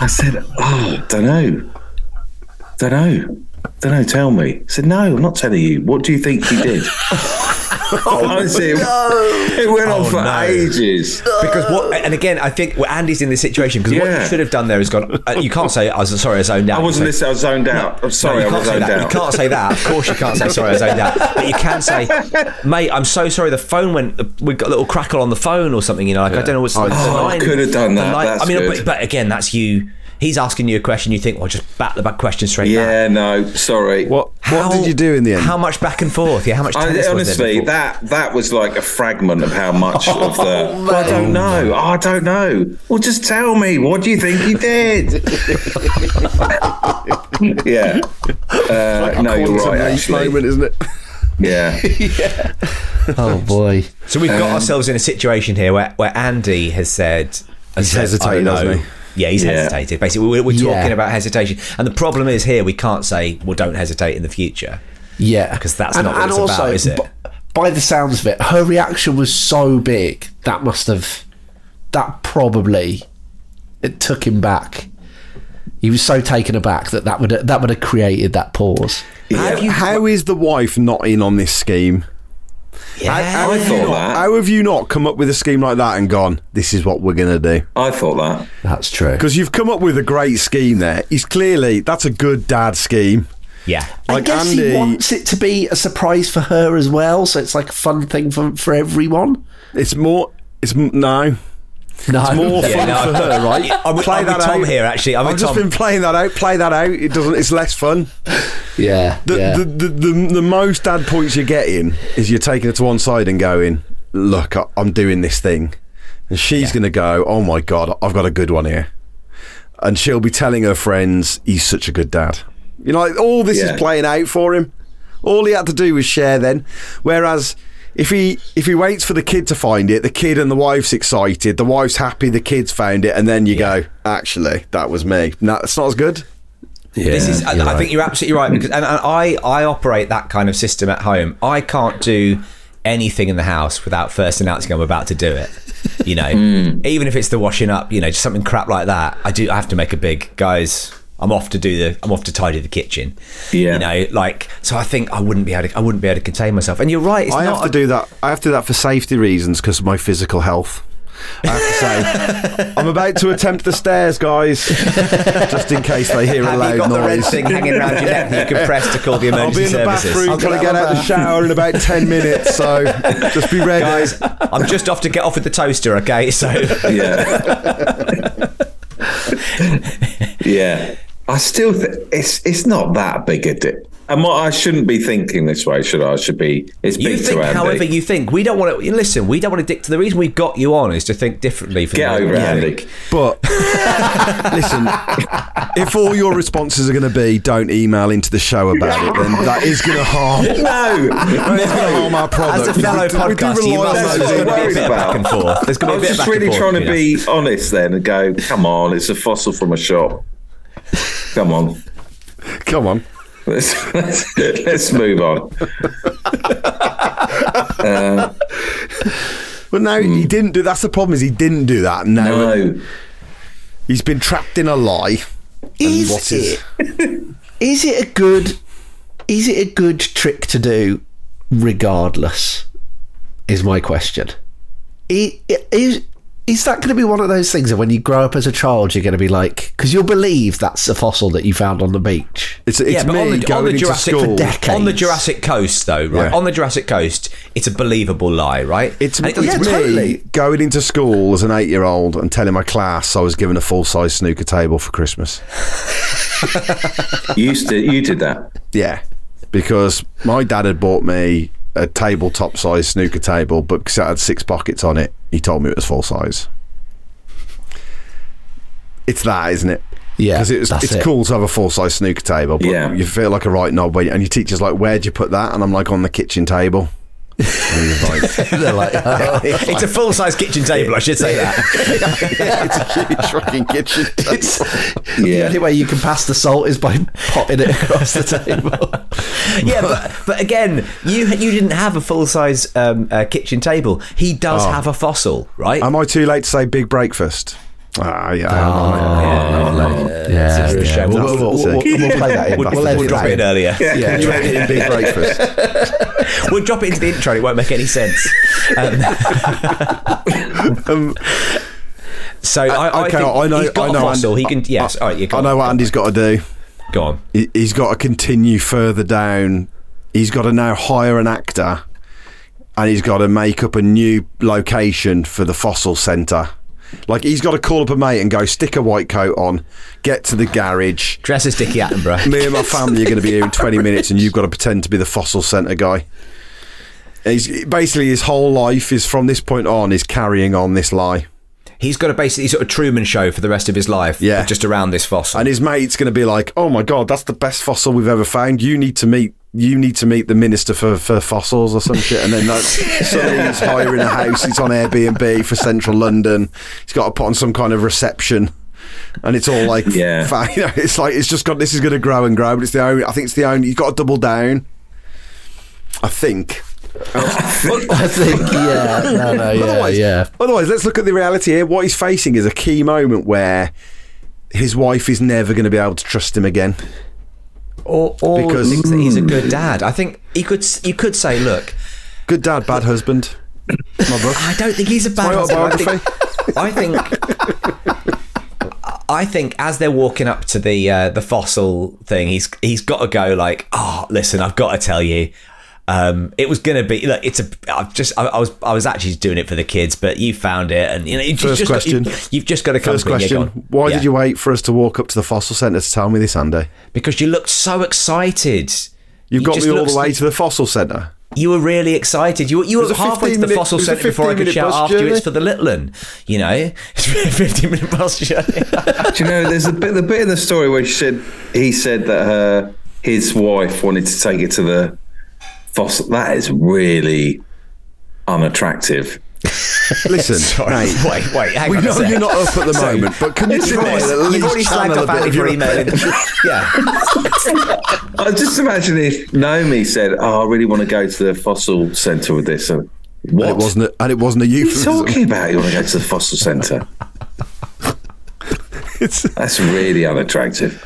Speaker 6: I said, "Oh, don't know, don't know, don't know. Tell me." He said, "No, I'm not telling you. What do you think he did?" Honestly, it- it went on for
Speaker 4: Oh, no.
Speaker 6: ages.
Speaker 4: Because what, and again, I think well, Andy's in this situation because what
Speaker 6: Yeah.
Speaker 4: you should have done there is gone. Uh, you can't say, "I was sorry, I zoned out."
Speaker 6: I wasn't
Speaker 4: You say-
Speaker 6: listening. I was zoned out. I'm sorry,
Speaker 4: No, you
Speaker 6: I
Speaker 4: can't
Speaker 6: was
Speaker 4: say
Speaker 6: zoned
Speaker 4: that. You
Speaker 6: out.
Speaker 4: can't say that. Of course, you can't say sorry. I zoned out. But you can say, "Mate, I'm so sorry. The phone went. We got a little crackle on the phone or something. You know, like I don't know what's. the
Speaker 6: I
Speaker 4: line-
Speaker 6: could have done
Speaker 4: the
Speaker 6: that.
Speaker 4: line-
Speaker 6: That's
Speaker 4: I mean,
Speaker 6: good.
Speaker 4: But, but again, that's you. He's asking you a question. You think, well, just bat the back question straight back.
Speaker 6: Yeah, no, sorry.
Speaker 2: What
Speaker 4: How-
Speaker 2: what did you do in the end?
Speaker 4: How much back and forth? Yeah, how much?
Speaker 6: I,
Speaker 4: tennis was there
Speaker 6: honestly,
Speaker 4: before?
Speaker 6: that that was like a fragment of how much of the.
Speaker 4: Oh,
Speaker 6: I don't know. I don't know. Well, just tell me. What do you think he did? yeah. Uh, no, you're
Speaker 2: Quantum leap
Speaker 6: right. Actually,
Speaker 2: moment, isn't it?
Speaker 6: yeah.
Speaker 3: Oh boy.
Speaker 4: So we've got
Speaker 6: Um,
Speaker 4: ourselves in a situation here where, where Andy has said, has said,
Speaker 2: hesitated,
Speaker 4: "I know."
Speaker 2: hasn't he?
Speaker 4: Yeah, he's
Speaker 6: Yeah.
Speaker 4: hesitated. Basically, we're, we're
Speaker 3: Yeah.
Speaker 4: talking about hesitation, and the problem is here we can't say, "Well, don't hesitate in the future."
Speaker 3: Yeah,
Speaker 4: 'Cause that's not what it's about, is it?
Speaker 3: b- by the sounds of it, her reaction was so big that must have that probably it took him back. He was so taken aback that that would that would have created that pause.
Speaker 2: How- how is the wife not in on this scheme?
Speaker 4: Yeah,
Speaker 2: How,
Speaker 6: I
Speaker 2: have you
Speaker 6: thought
Speaker 2: not-
Speaker 6: that.
Speaker 2: how have you not come up with a scheme like that and gone, this is what we're going to do?
Speaker 6: I thought that.
Speaker 3: That's true.
Speaker 2: Because you've come up with a great scheme there. He's clearly, that's a good dad scheme.
Speaker 4: yeah.
Speaker 2: Like
Speaker 3: I guess
Speaker 2: Andy,
Speaker 3: he wants it to be a surprise for her as well, so it's like a fun thing for for everyone.
Speaker 2: it's more, it's, m- no.
Speaker 3: No,
Speaker 2: It's more
Speaker 4: Yeah,
Speaker 2: fun
Speaker 4: no,
Speaker 2: for her, right?
Speaker 4: I'm with- I'm with Tom here, actually. I'm
Speaker 2: I've
Speaker 4: with
Speaker 2: just
Speaker 4: Tom.
Speaker 2: been playing that out. Play that out. It doesn't. It's less fun.
Speaker 3: yeah,
Speaker 2: The,
Speaker 3: yeah.
Speaker 2: the, the, the, the most dad points you're getting is you're taking her to one side and going, look, I, I'm doing this thing. And she's going to go, oh my God, I've got a good one here. And she'll be telling her friends, he's such a good dad. You know, like, all this
Speaker 6: Yeah.
Speaker 2: is playing out for him. All he had to do was share then. Whereas if he if he waits for the kid to find it, the kid and the wife's excited, the wife's happy, the kid's found it, and then you go, actually, that was me. No, that's not as good.
Speaker 4: This is. I, I think you're absolutely right because, and, and I, I operate that kind of system at home. I can't do anything in the house without first announcing I'm about to do it. You know, even if it's the washing up, you know, just something crap like that. I do. I have to make a big guys. I'm off to do the. I'm off to tidy the kitchen.
Speaker 6: Yeah.
Speaker 4: You know, like so. I think I wouldn't be able. To, I wouldn't be able to contain myself. And you're right. It's
Speaker 2: I
Speaker 4: not
Speaker 2: have to
Speaker 4: a-
Speaker 2: do that. I have to do that for safety reasons because of my physical health. I have to say, I'm about to attempt the stairs, guys, just in case they hear a
Speaker 4: Have you
Speaker 2: loud
Speaker 4: got the red
Speaker 2: noise.
Speaker 4: thing hanging around your neck that you can press to call the
Speaker 2: I'll be
Speaker 4: emergency
Speaker 2: in the
Speaker 4: services?
Speaker 2: bathroom trying to get out of the shower in about 10 minutes, so just be ready.
Speaker 4: Guys, I'm just off to get off with the toaster, okay? So
Speaker 6: yeah. yeah. I still th- it's it's not that big a dip. And what I shouldn't be thinking this way, should I? I should be it's
Speaker 4: you
Speaker 6: big
Speaker 4: think
Speaker 6: to Andy.
Speaker 4: however you think. We don't want to listen, we don't want to dick to the reason we got you on is to think differently for
Speaker 6: Get
Speaker 4: the way
Speaker 6: over it,
Speaker 4: we
Speaker 6: Andy.
Speaker 4: think.
Speaker 2: But listen, if all your responses are going to be don't email into the show about it, then that is going to harm.
Speaker 6: No,
Speaker 2: that is going to harm our product.
Speaker 4: As a fellow
Speaker 2: We do- we do
Speaker 4: podcaster, you
Speaker 2: rely on
Speaker 4: must know
Speaker 2: those emails.
Speaker 4: there's going to be a bit
Speaker 6: that's what
Speaker 4: of
Speaker 6: about.
Speaker 4: back and forth. There's going
Speaker 6: I
Speaker 4: to be
Speaker 6: was
Speaker 4: a bit of back
Speaker 6: just really
Speaker 4: and forth.
Speaker 6: trying to
Speaker 4: between us.
Speaker 6: be honest then and go, come on, it's a fossil from a shop. Come on.
Speaker 2: Come on.
Speaker 6: Let's, let's, let's move on.
Speaker 2: But no, he
Speaker 3: Hmm.
Speaker 2: didn't do. That's the problem is he didn't do that. No,
Speaker 6: No.
Speaker 2: he's been trapped in a lie.
Speaker 3: Is
Speaker 2: what is-
Speaker 3: it- is it a good is it a good trick to do regardless is my question I- i- is is that going to be one of those things that when you grow up as a child you're going to be like because you'll believe that's a fossil that you found on the beach
Speaker 2: It's it's
Speaker 4: but
Speaker 2: me
Speaker 4: on the,
Speaker 2: going
Speaker 4: on the
Speaker 2: into
Speaker 4: Jurassic
Speaker 2: school.
Speaker 3: decades.
Speaker 4: on the Jurassic Coast, though, right?
Speaker 2: Yeah.
Speaker 4: On the Jurassic Coast, it's a believable lie, right?
Speaker 2: It's,
Speaker 4: And it
Speaker 2: it's
Speaker 4: doesn't-
Speaker 2: me
Speaker 3: totally.
Speaker 2: going into school as an eight-year-old and telling my class I was given a full-size snooker table for Christmas.
Speaker 6: You used to you did that.
Speaker 2: Yeah, because my dad had bought me a tabletop size snooker table, but because it had six pockets on it, he told me it was full size. It's that, isn't it?
Speaker 3: Yeah,
Speaker 2: because it's
Speaker 3: that's
Speaker 2: it's
Speaker 3: it.
Speaker 2: cool to have a full size snooker table, but
Speaker 6: Yeah.
Speaker 2: you feel like a right knob. When, and your teacher's like, "Where'd you put that?" And I'm like, "On the kitchen table." And he's like,
Speaker 3: they're like oh.
Speaker 4: it's a full size kitchen table, I should say that.
Speaker 2: it's a huge fucking kitchen table.
Speaker 3: It's- the
Speaker 6: Yeah.
Speaker 3: only way you can pass the salt is by potting it across the table
Speaker 4: yeah, but, but again, you you didn't have a full size um, uh, kitchen table. He does
Speaker 6: Oh.
Speaker 4: have a fossil, right?
Speaker 2: Am I too late to say big breakfast? Ah, yeah. I'm late.
Speaker 3: yeah,
Speaker 4: a shame.
Speaker 3: We'll, we'll, we'll- we'll- we'll play that in
Speaker 4: We'll,
Speaker 3: We'll
Speaker 4: we'll
Speaker 3: edit
Speaker 4: drop
Speaker 3: that
Speaker 4: it in
Speaker 3: in.
Speaker 4: earlier.
Speaker 2: yeah, you made it in big breakfast.
Speaker 4: We'll drop it into the intro. It won't make any sense. Um, so I, I,
Speaker 2: okay,
Speaker 4: think
Speaker 2: I know.
Speaker 4: he's got
Speaker 2: I
Speaker 4: a
Speaker 2: know.
Speaker 4: fossil.
Speaker 2: Andy-
Speaker 4: he can. Yes.
Speaker 2: I,
Speaker 4: all right. You go
Speaker 2: I know
Speaker 4: on.
Speaker 2: what Andy's got to do.
Speaker 4: Go on.
Speaker 2: He- He's got to continue further down. He's got to now hire an actor, and he's got to make up a new location for the fossil centre. Like he's got to call up a mate and go stick a white coat on, get to the garage.
Speaker 4: Dress as Dickie Attenborough.
Speaker 2: Me and my family are going to be here in twenty minutes, and you've got to pretend to be the fossil centre guy. He's, basically, his whole life is from this point on is carrying on this lie.
Speaker 4: He's got a basically sort of Truman show for the rest of his life.
Speaker 2: Yeah.
Speaker 4: Just around this fossil.
Speaker 2: and his mate's going to be like, "Oh my god, that's the best fossil we've ever found. You need to meet." You need to meet the minister for, for fossils or some shit, and then like, suddenly he's hiring a house. He's on Airbnb for central London. He's got to put on some kind of reception, and it's all like,
Speaker 6: Yeah.
Speaker 2: fa- you know, it's like it's just got this is going to grow and grow, but it's the only. I think it's the only. You've got to double down. I think.
Speaker 3: I think, yeah, no, no, yeah,
Speaker 2: Otherwise,
Speaker 3: yeah.
Speaker 2: otherwise, let's look at the reality here. What he's facing is a key moment where his wife is never going to be able to trust him again.
Speaker 4: or, or
Speaker 2: Because-
Speaker 4: thinks that
Speaker 2: Mm.
Speaker 4: he's a good dad. I think he could. s- You could say, look,
Speaker 2: Good dad, bad husband. My book.
Speaker 4: I don't think he's a bad
Speaker 2: my
Speaker 4: husband. I think-
Speaker 2: autobiography.
Speaker 4: I think. I think as they're walking up to the uh, the fossil thing, he's he's got to go like, oh, listen, I've got to tell you, um, it was gonna be look, it's a. I've just I, I was I was actually doing it for the kids, but you found it, and you know, you've
Speaker 2: First
Speaker 4: just
Speaker 2: question.
Speaker 4: Got, you've, you've just got to come.
Speaker 2: First
Speaker 4: clean, yeah, go
Speaker 2: question:
Speaker 4: on.
Speaker 2: Why
Speaker 4: Yeah.
Speaker 2: did you wait for us to walk up to the fossil centre to tell me this, Andy?
Speaker 4: Because you looked so excited.
Speaker 2: You've got
Speaker 4: just
Speaker 2: me all
Speaker 4: looked-
Speaker 2: the way to the fossil centre.
Speaker 4: You were really excited. You, were- you were
Speaker 2: was a
Speaker 4: halfway to the
Speaker 2: 15 minute-
Speaker 4: fossil
Speaker 2: it was a
Speaker 4: centre before I could
Speaker 2: 15 minute
Speaker 4: shout
Speaker 2: bus
Speaker 4: after you.
Speaker 2: journey.
Speaker 4: It's for the little un, you know. It's a 15 minute bus journey.
Speaker 6: Do you know there's a bit the bit in the story where she said he said that her his wife wanted to take it to the fossil that is really unattractive.
Speaker 2: Listen, mate.
Speaker 4: wait, wait, hang
Speaker 2: We
Speaker 4: on a
Speaker 2: know
Speaker 4: sec.
Speaker 2: you're not up at the moment, but can you
Speaker 4: You've
Speaker 2: try
Speaker 4: already,
Speaker 2: and at
Speaker 4: you've
Speaker 2: least
Speaker 4: already slagged
Speaker 2: channel
Speaker 4: off
Speaker 2: a bit
Speaker 4: Andy
Speaker 2: of
Speaker 4: for
Speaker 2: your
Speaker 4: emailing. yeah.
Speaker 6: I just imagine if Naomi said, Oh, I really want to go to the fossil centre with this and what
Speaker 2: And it wasn't, a, and it wasn't a
Speaker 6: What are you
Speaker 2: euphemism.
Speaker 6: talking about? You want to go to the fossil centre?
Speaker 2: It's-
Speaker 6: That's really unattractive.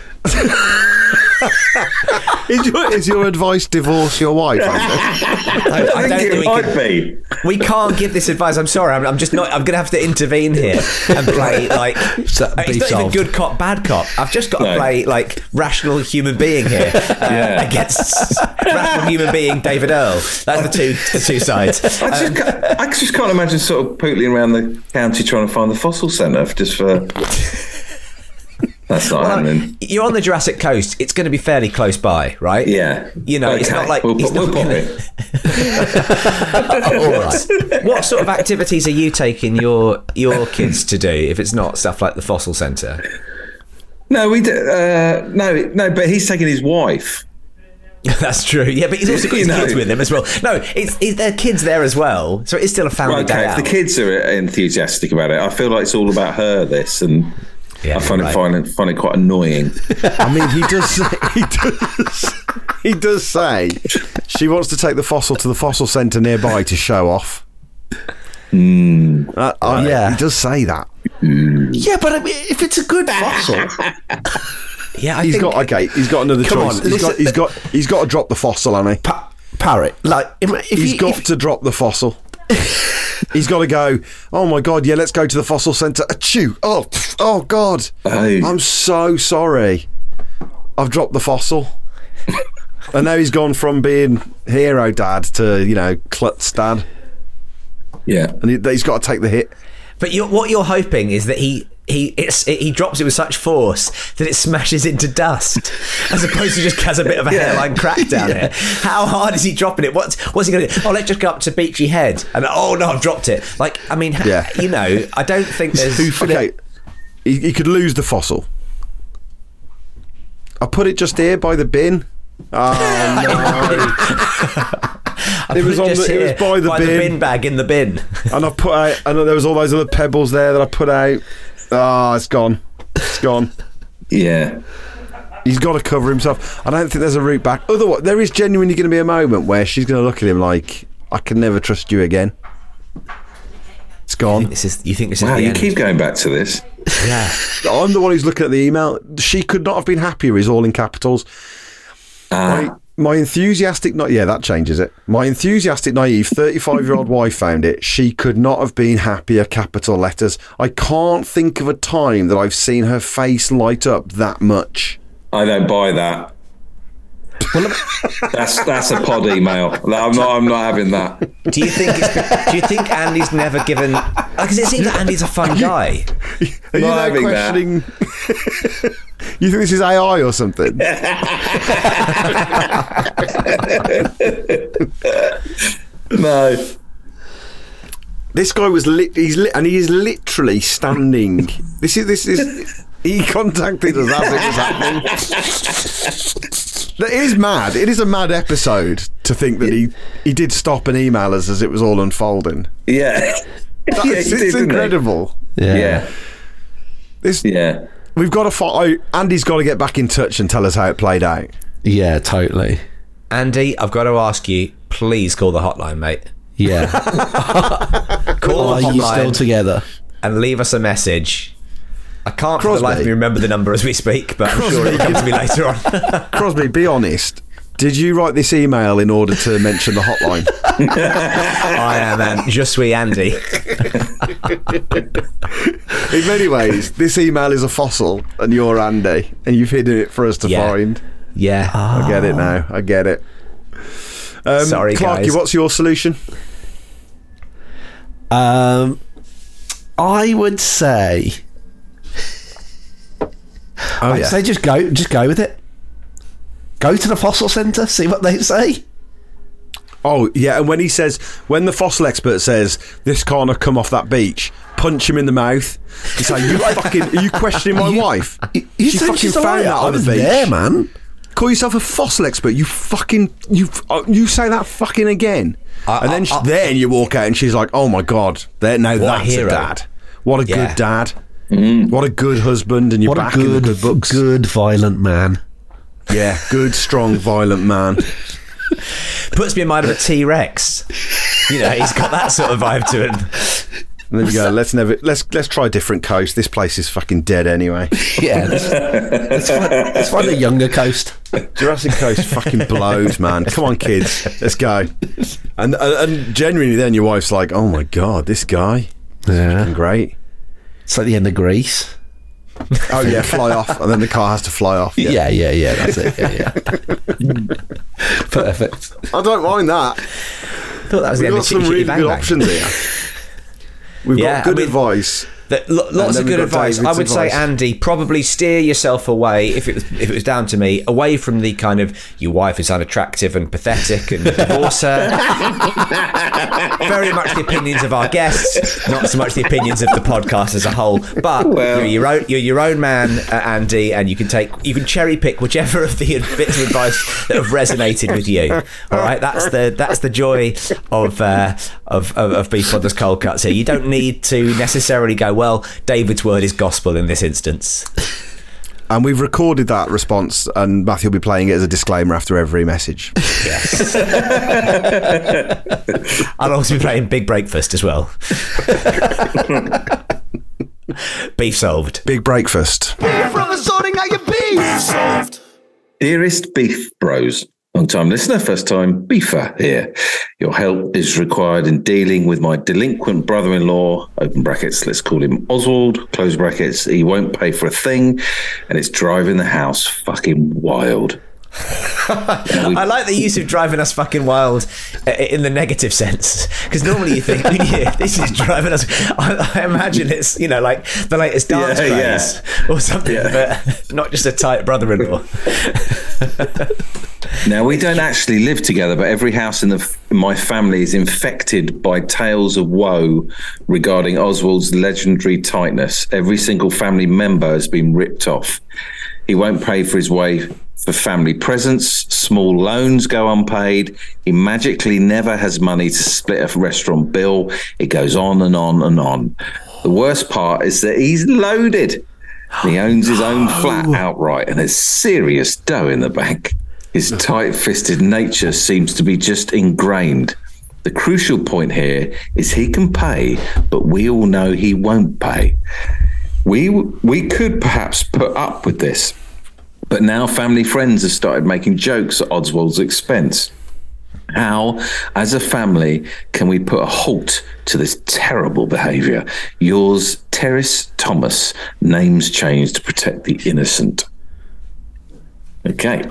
Speaker 2: Is your, is your advice divorce your wife? Andy?
Speaker 4: I, I
Speaker 6: I
Speaker 4: don't
Speaker 6: think
Speaker 4: think
Speaker 6: it
Speaker 4: we
Speaker 6: might
Speaker 4: can.
Speaker 6: be.
Speaker 4: We can't give this advice. I'm sorry. I'm, I'm just not. I'm going to have to intervene here and play like it's
Speaker 3: So
Speaker 4: not
Speaker 3: be
Speaker 4: even
Speaker 3: solved.
Speaker 4: good cop, bad cop. I've just got to
Speaker 6: No.
Speaker 4: play like rational human being here uh,
Speaker 6: Yeah.
Speaker 4: against rational human being David Earl. That's the two the two sides.
Speaker 6: I just, ca- I just can't imagine sort of pootling around the county trying to find the fossil centre for- just for. That's not happening.
Speaker 4: You're on the Jurassic Coast. It's going to be fairly close by, right?
Speaker 6: Yeah.
Speaker 4: You know, it's
Speaker 6: Okay,
Speaker 4: not like
Speaker 6: we'll,
Speaker 4: it's
Speaker 6: we'll
Speaker 4: not
Speaker 6: pop
Speaker 4: gonna-
Speaker 6: it.
Speaker 3: All right.
Speaker 4: What sort of activities are you taking your your kids to do if it's not stuff like the fossil centre?
Speaker 6: No, we do, uh, no, no. But he's taking his wife.
Speaker 4: That's true. Yeah, but he's also got his
Speaker 6: You know.
Speaker 4: kids with him as well. No, it's, it's their kids there as well, so it's still a family
Speaker 6: Right,
Speaker 4: day
Speaker 6: okay, if
Speaker 4: out.
Speaker 6: the kids are enthusiastic about it, I feel like it's all about her. This and
Speaker 4: Yeah,
Speaker 6: I find
Speaker 4: right.
Speaker 6: it find it, find it quite annoying.
Speaker 2: I mean, he does. He does. He does say she wants to take the fossil to the fossil centre nearby to show off. Uh, I-
Speaker 3: Yeah.
Speaker 2: he does say that.
Speaker 3: Yeah, but I mean, if it's a good fossil,
Speaker 4: yeah, I
Speaker 2: He's
Speaker 4: think
Speaker 2: got okay. He's got another
Speaker 3: Come
Speaker 2: choice.
Speaker 3: on,
Speaker 2: he's got.
Speaker 3: listen-
Speaker 2: He's got. He's got to drop the fossil, Annie.
Speaker 3: pa- parrot. Like if, if
Speaker 2: He's
Speaker 3: you-
Speaker 2: got
Speaker 3: if-
Speaker 2: to drop the fossil. He's got to go. Oh my god! Yeah, let's go to the fossil centre. Achoo! Oh, pff, oh god!
Speaker 6: Oh.
Speaker 2: I'm so sorry. I've dropped the fossil, and now he's gone from being hero dad to you know klutz dad,
Speaker 6: Yeah,
Speaker 2: and he, he's got to take the hit.
Speaker 4: But you're, what you're hoping is that he he it's, he drops it with such force that it smashes into dust, as opposed to just has a bit of a hairline crack down it. How hard is he dropping it? What's what's he going to do? Oh, let's just go up to Beachy Head and oh no, I've dropped it. Like I mean,
Speaker 2: Yeah.
Speaker 4: you know, I don't think there's
Speaker 2: Okay, he, he could lose the fossil. I put it just here by the bin. Oh no!
Speaker 4: I
Speaker 2: It
Speaker 4: put
Speaker 2: was on
Speaker 4: just
Speaker 2: the- it was
Speaker 4: here
Speaker 2: by the bin.
Speaker 4: bag in the bin.
Speaker 2: and I put out, and there was all those other pebbles there that I put out. Ah, it's gone. It's gone.
Speaker 6: yeah.
Speaker 2: He's got to cover himself. I don't think there's a route back. Otherwise, there is genuinely going to be a moment where she's going to look at him like, "I can never trust you again." It's gone.
Speaker 4: This is you think this is
Speaker 6: Wow,
Speaker 4: the
Speaker 6: you
Speaker 4: end?
Speaker 6: keep going back to this.
Speaker 4: yeah.
Speaker 2: I'm the one who's looking at the email. She could not have been happier. Is all in capitals. My, my enthusiastic, not yeah, that changes it. My enthusiastic, naive, thirty-five-year-old wife found it. She could not have been happier. Capital letters. I can't think of a time that I've seen her face light up that much.
Speaker 6: I don't buy that. that's that's a pod email. Like, I'm not. I'm not having that.
Speaker 4: Do you think? It's, do you think Andy's never given? Because it seems that Andy's a fun guy.
Speaker 2: Are you
Speaker 6: Not
Speaker 2: now
Speaker 6: having that.
Speaker 2: questioning? you think this is AI or something?
Speaker 6: No.
Speaker 2: This guy was lit. He's lit, and he is literally standing. This is this is. He contacted us as it was happening. That is mad. It is a mad episode to think that he he did stop and email us as it was all unfolding.
Speaker 6: Yeah.
Speaker 2: That
Speaker 6: Yeah,
Speaker 2: is-
Speaker 6: he did,
Speaker 2: it's
Speaker 6: didn't he?
Speaker 2: incredible.
Speaker 6: Yeah.
Speaker 2: This
Speaker 6: Yeah.
Speaker 2: we've got to follow. Andy's got to get back in touch and tell us how it played out.
Speaker 3: yeah, totally.
Speaker 4: Andy, I've got to ask you. Please call the hotline, mate.
Speaker 3: Yeah.
Speaker 4: Call
Speaker 3: Are
Speaker 4: the
Speaker 3: you still
Speaker 4: hotline
Speaker 3: together?
Speaker 4: and leave us a message. I can't for the
Speaker 2: Crosby.
Speaker 4: life of me remember the number as we speak, but I'm sure it'll come to me later on.
Speaker 2: Crosby, be honest. Did you write this email in order to mention the hotline?
Speaker 4: I am um, just we Andy.
Speaker 2: In many ways, this email is a fossil, and you're Andy, and you've hidden it for us to
Speaker 4: Yeah.
Speaker 2: find.
Speaker 4: Yeah.
Speaker 2: I get
Speaker 3: Ah.
Speaker 2: it now. I get it. Um,
Speaker 4: Sorry,
Speaker 2: Clarky,
Speaker 4: guys.
Speaker 2: what's your solution?
Speaker 3: Um, I would say.
Speaker 2: Oh,
Speaker 3: I'd say just go, just go with it. Go to the fossil centre, see what they say.
Speaker 2: oh, yeah. And when he says, when the fossil expert says, this can't have come off that beach, punch him in the mouth. He's like, you fucking, are you questioning my wife?
Speaker 3: You- You
Speaker 2: she
Speaker 3: said
Speaker 2: fucking
Speaker 3: she's all
Speaker 2: found
Speaker 3: right.
Speaker 2: that
Speaker 3: I
Speaker 2: on the
Speaker 3: was
Speaker 2: beach.
Speaker 3: there, man.
Speaker 2: Call yourself a fossil expert. You fucking, you, oh, you say that fucking again. and then, sh then you walk out, and she's like, "Oh my god, there, now
Speaker 4: What a
Speaker 2: that's a,
Speaker 4: hero.
Speaker 2: dad. What a
Speaker 4: Yeah.
Speaker 2: good dad. What a good husband." And you're
Speaker 3: What a
Speaker 2: back in the
Speaker 3: good,
Speaker 2: good books.
Speaker 3: good violent man.
Speaker 2: Yeah, good, strong, violent man.
Speaker 4: Puts me in mind of a T Rex. You know, he's got that sort of vibe to him.
Speaker 2: And then you go, let's never let's let's try a different coast. This place is fucking dead anyway.
Speaker 3: Yeah, let's, let's, find, let's find a younger coast.
Speaker 2: Jurassic Coast fucking blows, man. Come on, kids, let's go. And and, and genuinely, then your wife's like, oh my god, this guy,
Speaker 3: Yeah,
Speaker 2: great.
Speaker 3: it's like the end of Greece.
Speaker 2: Oh yeah, fly off, and then the car has to fly off. Yeah.
Speaker 3: Yeah, yeah, yeah. that's it. Yeah, yeah. Perfect.
Speaker 2: I don't mind that.
Speaker 4: I thought that was
Speaker 2: We've
Speaker 4: the end
Speaker 2: got
Speaker 4: of
Speaker 2: some
Speaker 4: Chitty
Speaker 2: really
Speaker 4: Chitty
Speaker 2: good
Speaker 4: Bang Bang.
Speaker 2: options here. We've
Speaker 4: Yeah, I
Speaker 2: got good
Speaker 4: mean-
Speaker 2: advice.
Speaker 4: That- lo-
Speaker 2: And
Speaker 4: lots
Speaker 2: then
Speaker 4: of
Speaker 2: we've
Speaker 4: good
Speaker 2: got
Speaker 4: advice. I
Speaker 2: David's
Speaker 4: would say,
Speaker 2: advice.
Speaker 4: Andy, probably steer yourself away if it was if it was down to me, away from the kind of your wife is unattractive and pathetic and divorce her. Very much the opinions of our guests, not so much the opinions of the podcast as a whole. But you're your own you're your own man, uh, Andy, and you can take you can cherry pick whichever of the bits of advice that have resonated with you. All right, that's the that's the joy of uh, of, of of beef brothers cold cuts here. You don't need to necessarily go well. David's word is gospel in this instance.
Speaker 2: And we've recorded that response, and Matthew will be playing it as a disclaimer after every message.
Speaker 4: I'll also be playing Big Breakfast as well. Beef solved.
Speaker 2: Big breakfast.
Speaker 5: Beef from the sorting out your beef. Solved.
Speaker 6: Dearest Beef Bros, long time listener, first time beefer here. Your help is required in dealing with my delinquent brother in law, open brackets, let's call him Oswald, close brackets. He won't pay for a thing and it's driving the house fucking wild.
Speaker 4: I like the use of driving us fucking wild uh, in the negative sense because normally you think, yeah, this is driving us. I, I imagine it's you know like the latest dance
Speaker 6: Yeah,
Speaker 4: craze or something, but not just a tight brother-in-law.
Speaker 6: Now we don't actually live together, but every house in the f- my family is infected by tales of woe regarding Oswald's legendary tightness. Every single family member has been ripped off. He won't pay for his way for family presents. Small loans go unpaid. He magically never has money to split a restaurant bill. It goes on and on and on. The worst part is that he's loaded. He owns his own flat outright and has serious dough in the bank. His tight fisted nature seems to be just ingrained. The crucial point here is he can pay, but we all know he won't pay. We, we could perhaps put up with this, but now family friends have started making jokes at Oswald's expense. How, as a family, can we put a halt to this terrible behaviour? Yours, Terrace Thomas, names changed to protect the innocent. Okay.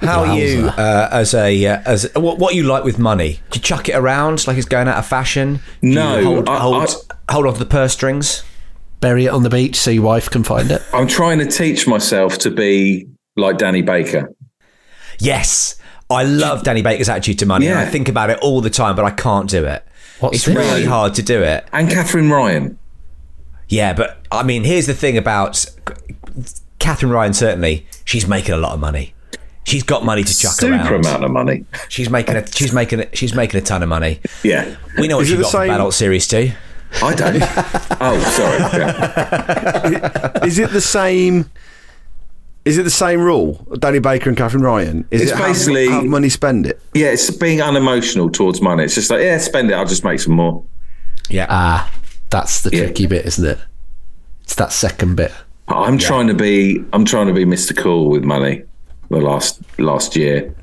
Speaker 4: How are you uh, as a uh, as what, what you like with money? Do you chuck it around like it's going out of fashion? Do
Speaker 6: No,
Speaker 4: you hold,
Speaker 6: I-
Speaker 4: hold, hold on to the purse strings.
Speaker 3: Bury it on the beach so your wife can find it.
Speaker 6: I'm trying to teach myself to be like Danny Baker.
Speaker 4: Yes, I love Danny Baker's attitude to money. and I
Speaker 6: Yeah.
Speaker 4: think about it all the time, but I can't do it.
Speaker 3: What's
Speaker 4: it's
Speaker 3: this?
Speaker 4: really hard to do it.
Speaker 6: And Catherine Ryan.
Speaker 4: Yeah, but I mean, here's the thing about Catherine Ryan. Certainly, she's making a lot of money. She's got money to chuck
Speaker 6: Super
Speaker 4: around.
Speaker 6: amount of money.
Speaker 4: She's making a she's making a, she's making a ton of money.
Speaker 6: Yeah.
Speaker 4: We know what
Speaker 2: Is it
Speaker 4: she
Speaker 2: the
Speaker 4: got from
Speaker 2: same-
Speaker 4: Adult Series Two.
Speaker 6: I don't. oh, sorry. Yeah.
Speaker 2: Is it the same? Is it the same rule? Danny Baker and Catherine Ryan. Is
Speaker 6: It's
Speaker 2: it have-
Speaker 6: basically-
Speaker 2: have money, spend it.
Speaker 6: Yeah, it's being unemotional towards money. It's just like, yeah, spend it. I'll just make some more.
Speaker 4: Yeah,
Speaker 3: Ah, that's the
Speaker 6: Yeah.
Speaker 3: tricky bit, isn't it? It's that second bit.
Speaker 6: I'm trying to be. I'm trying to be Mr. Cool with money. The last last year.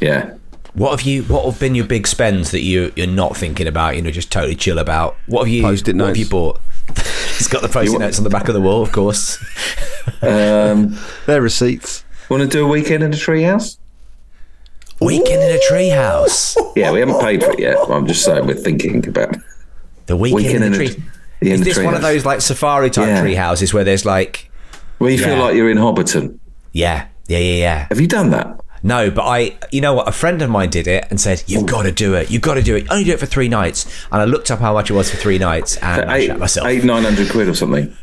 Speaker 6: Yeah.
Speaker 4: what have you? What have been your big spends that you you're not thinking about? You know, just totally chill about. What have you?
Speaker 2: Post-it
Speaker 4: what have
Speaker 2: notes.
Speaker 4: you bought? He's got the post-it notes on the back of the wall, of course.
Speaker 2: Their receipts.
Speaker 6: Want to do a weekend in a treehouse?
Speaker 4: Weekend in a treehouse.
Speaker 6: Yeah, we haven't paid for it yet. But I'm just saying we're thinking about.
Speaker 4: The weekend, in a
Speaker 6: Weekend in a
Speaker 4: tree.
Speaker 6: in
Speaker 4: Is
Speaker 6: a
Speaker 4: this one of
Speaker 6: treehouse.
Speaker 4: those like safari type
Speaker 6: Yeah.
Speaker 4: tree houses where there's like,
Speaker 6: Well, you feel
Speaker 4: Yeah.
Speaker 6: like you're in Hobbiton.
Speaker 4: yeah, yeah, yeah, yeah.
Speaker 6: Have you done that?
Speaker 4: No, but I, you know what? A friend of mine did it and said, "You've got to do it. You've got to do it. Only do it for three nights." And I looked up how much it was for three nights, and I
Speaker 6: Eight,
Speaker 4: shat myself.
Speaker 6: eight nine hundred quid or something.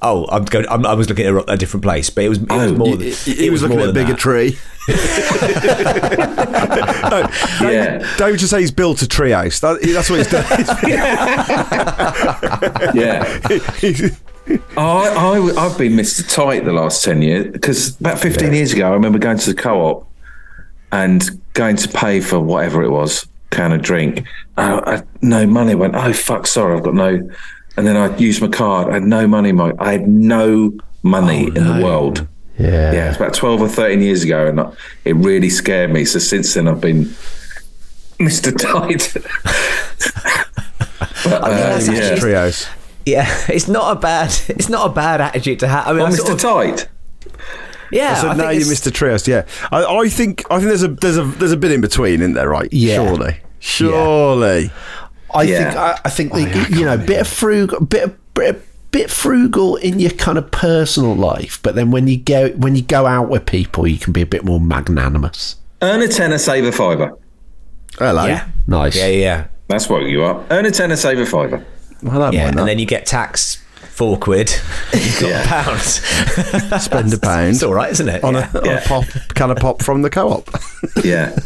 Speaker 4: Oh, I'm going. I'm, I was looking at a different place, but it was, it was
Speaker 6: Oh,
Speaker 4: more.
Speaker 6: you-
Speaker 4: than, it,
Speaker 2: He was, looking
Speaker 4: more
Speaker 2: at a
Speaker 4: than
Speaker 2: bigger
Speaker 4: that.
Speaker 2: tree.
Speaker 6: Yeah,
Speaker 2: Don't just say he's built a tree house. That, that's what he's done.
Speaker 6: yeah. Oh, I, I, I've been Mr. Tight the last 10 years because about 15 years ago, I remember going to the co op and going to pay for whatever it was. can of drink. Oh, I, I, no money. Went, oh fuck, sorry, I've got no. And then I used my card. I had no money, Mike. I had no money in the world.
Speaker 3: Yeah.
Speaker 6: Yeah, it's about twelve or thirteen years ago, and I, it really scared me. So since then, I've been Mister Tight. but, uh, yeah.
Speaker 2: Trios.
Speaker 4: Yeah, it's not a bad it's not a bad attitude to have. I mean,
Speaker 6: Oh,
Speaker 4: I sort
Speaker 6: Mr.
Speaker 4: of-
Speaker 6: Tight.
Speaker 4: yeah,
Speaker 2: So
Speaker 4: I
Speaker 2: now
Speaker 4: think
Speaker 2: you're
Speaker 4: it's-
Speaker 2: Mr. Trios, yeah. I, I think I think there's a there's a there's a bit in between, isn't there? Right?
Speaker 3: Yeah.
Speaker 2: Surely. Surely.
Speaker 3: I
Speaker 6: Yeah.
Speaker 3: think I, I think that, you know bit of frugal, bit of, bit of, bit frugal in your kind of personal life, but then when you go when you go out with people, you can be a bit more magnanimous.
Speaker 6: Earn a tenner, save a fiver.
Speaker 2: Hello.
Speaker 4: yeah,
Speaker 3: Nice.
Speaker 4: yeah, yeah,
Speaker 6: That's what you are. Earn a tenner, save a fiver.
Speaker 2: Well, I don't
Speaker 4: yeah.
Speaker 2: mind
Speaker 4: And
Speaker 2: that.
Speaker 4: then you get taxed four quid, you've got
Speaker 6: Yeah.
Speaker 4: pounds.
Speaker 2: Spend a pound.
Speaker 4: it's all right, isn't it?
Speaker 2: on,
Speaker 4: Yeah.
Speaker 2: a, on
Speaker 6: Yeah.
Speaker 2: a pop can of pop from the co-op.
Speaker 6: Yeah.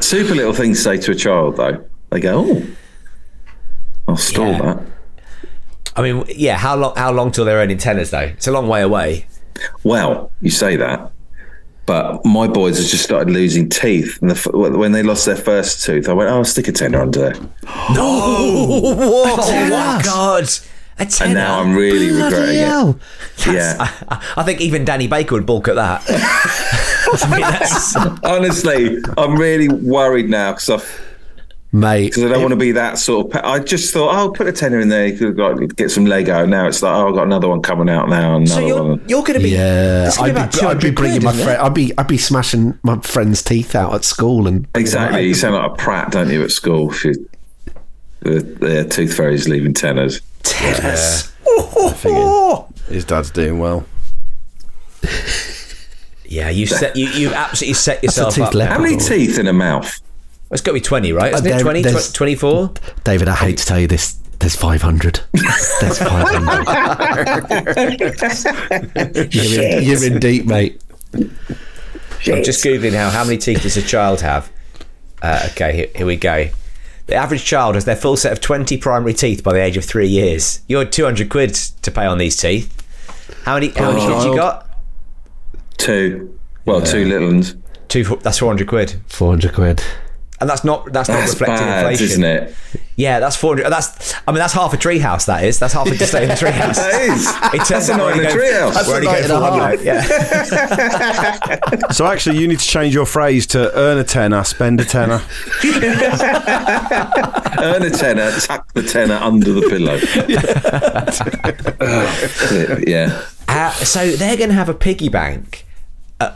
Speaker 6: Super little thing to say to a child, though. They go, oh, I'll stall
Speaker 4: Yeah. I mean, yeah. How long? How long till they're earning tenors though? It's a long way away.
Speaker 6: that. Well, you say that, but my boys have just started losing teeth. And the, f- when they lost their first tooth, I went, oh, I'll stick a tenner under there.
Speaker 4: Oh, what? Oh my
Speaker 3: tenner?
Speaker 4: god! A tenner.
Speaker 6: And now I'm really regretting it.
Speaker 3: hell.
Speaker 6: Yeah.
Speaker 4: I, I think even Danny Baker would balk at that. I mean, that's-
Speaker 6: Honestly, I'm really worried now because I've
Speaker 3: Mate,
Speaker 6: because I don't want to be that sort of. Pa- I just thought, oh, put a tenner in there, you could like, get some Lego. Now it's like, oh, I've got another one coming out now, and
Speaker 4: so
Speaker 6: another
Speaker 4: you're
Speaker 6: one.
Speaker 4: you're going to be
Speaker 3: yeah,
Speaker 4: it's gonna
Speaker 3: I'd
Speaker 4: about
Speaker 3: be, I'd be
Speaker 4: 200
Speaker 3: bringing
Speaker 4: quid,
Speaker 3: my
Speaker 4: isn't it?
Speaker 3: friend. I'd be I'd be smashing my friend's teeth out at school and
Speaker 6: Exactly. You sound like a prat, don't you, at school? If you, the, the tooth fairy's leaving tenors.
Speaker 4: tenors.
Speaker 2: His dad's doing well.
Speaker 4: Yeah, you set you you absolutely set yourself
Speaker 3: tooth
Speaker 4: up.
Speaker 3: left.
Speaker 6: How many teeth in a mouth?
Speaker 4: It's got to be twenty, right? Isn't
Speaker 3: Uh, there-
Speaker 4: it 20,
Speaker 3: there's-
Speaker 4: 24?
Speaker 3: David, I hate to tell you this. There's 500. There's 500. you're, in, you're in deep, mate.
Speaker 4: I'm just googling now. How many teeth does a child have? Uh, okay, here, here we go. The average child has their full set of 20 primary teeth by the age of three years. You're 200 quid to pay on these teeth. How many? How many kids you
Speaker 6: Child.
Speaker 4: got?
Speaker 6: Two. Well, two little ones.
Speaker 4: Two. fo- That's 400 quid,
Speaker 3: 400 quid.
Speaker 4: and that's not that's not
Speaker 6: That's
Speaker 4: reflecting
Speaker 6: bad,
Speaker 4: inflation,
Speaker 6: isn't it?
Speaker 4: Yeah, that's 400. That's I mean that's half a treehouse. That is. That's half a display in the treehouse.
Speaker 6: That is.
Speaker 4: It turns
Speaker 6: That's a
Speaker 4: out
Speaker 6: night in
Speaker 4: we're only
Speaker 6: a
Speaker 4: going-
Speaker 6: treehouse. That's
Speaker 4: we're
Speaker 6: a
Speaker 4: only
Speaker 6: night
Speaker 4: going
Speaker 6: in a
Speaker 4: 400, Yeah.
Speaker 2: So actually, you need to change your phrase to earn a tenner, spend a tenner.
Speaker 6: Earn a tenner, tuck the tenner under the pillow. Oh, yeah.
Speaker 4: Uh, so they're going to have a piggy bank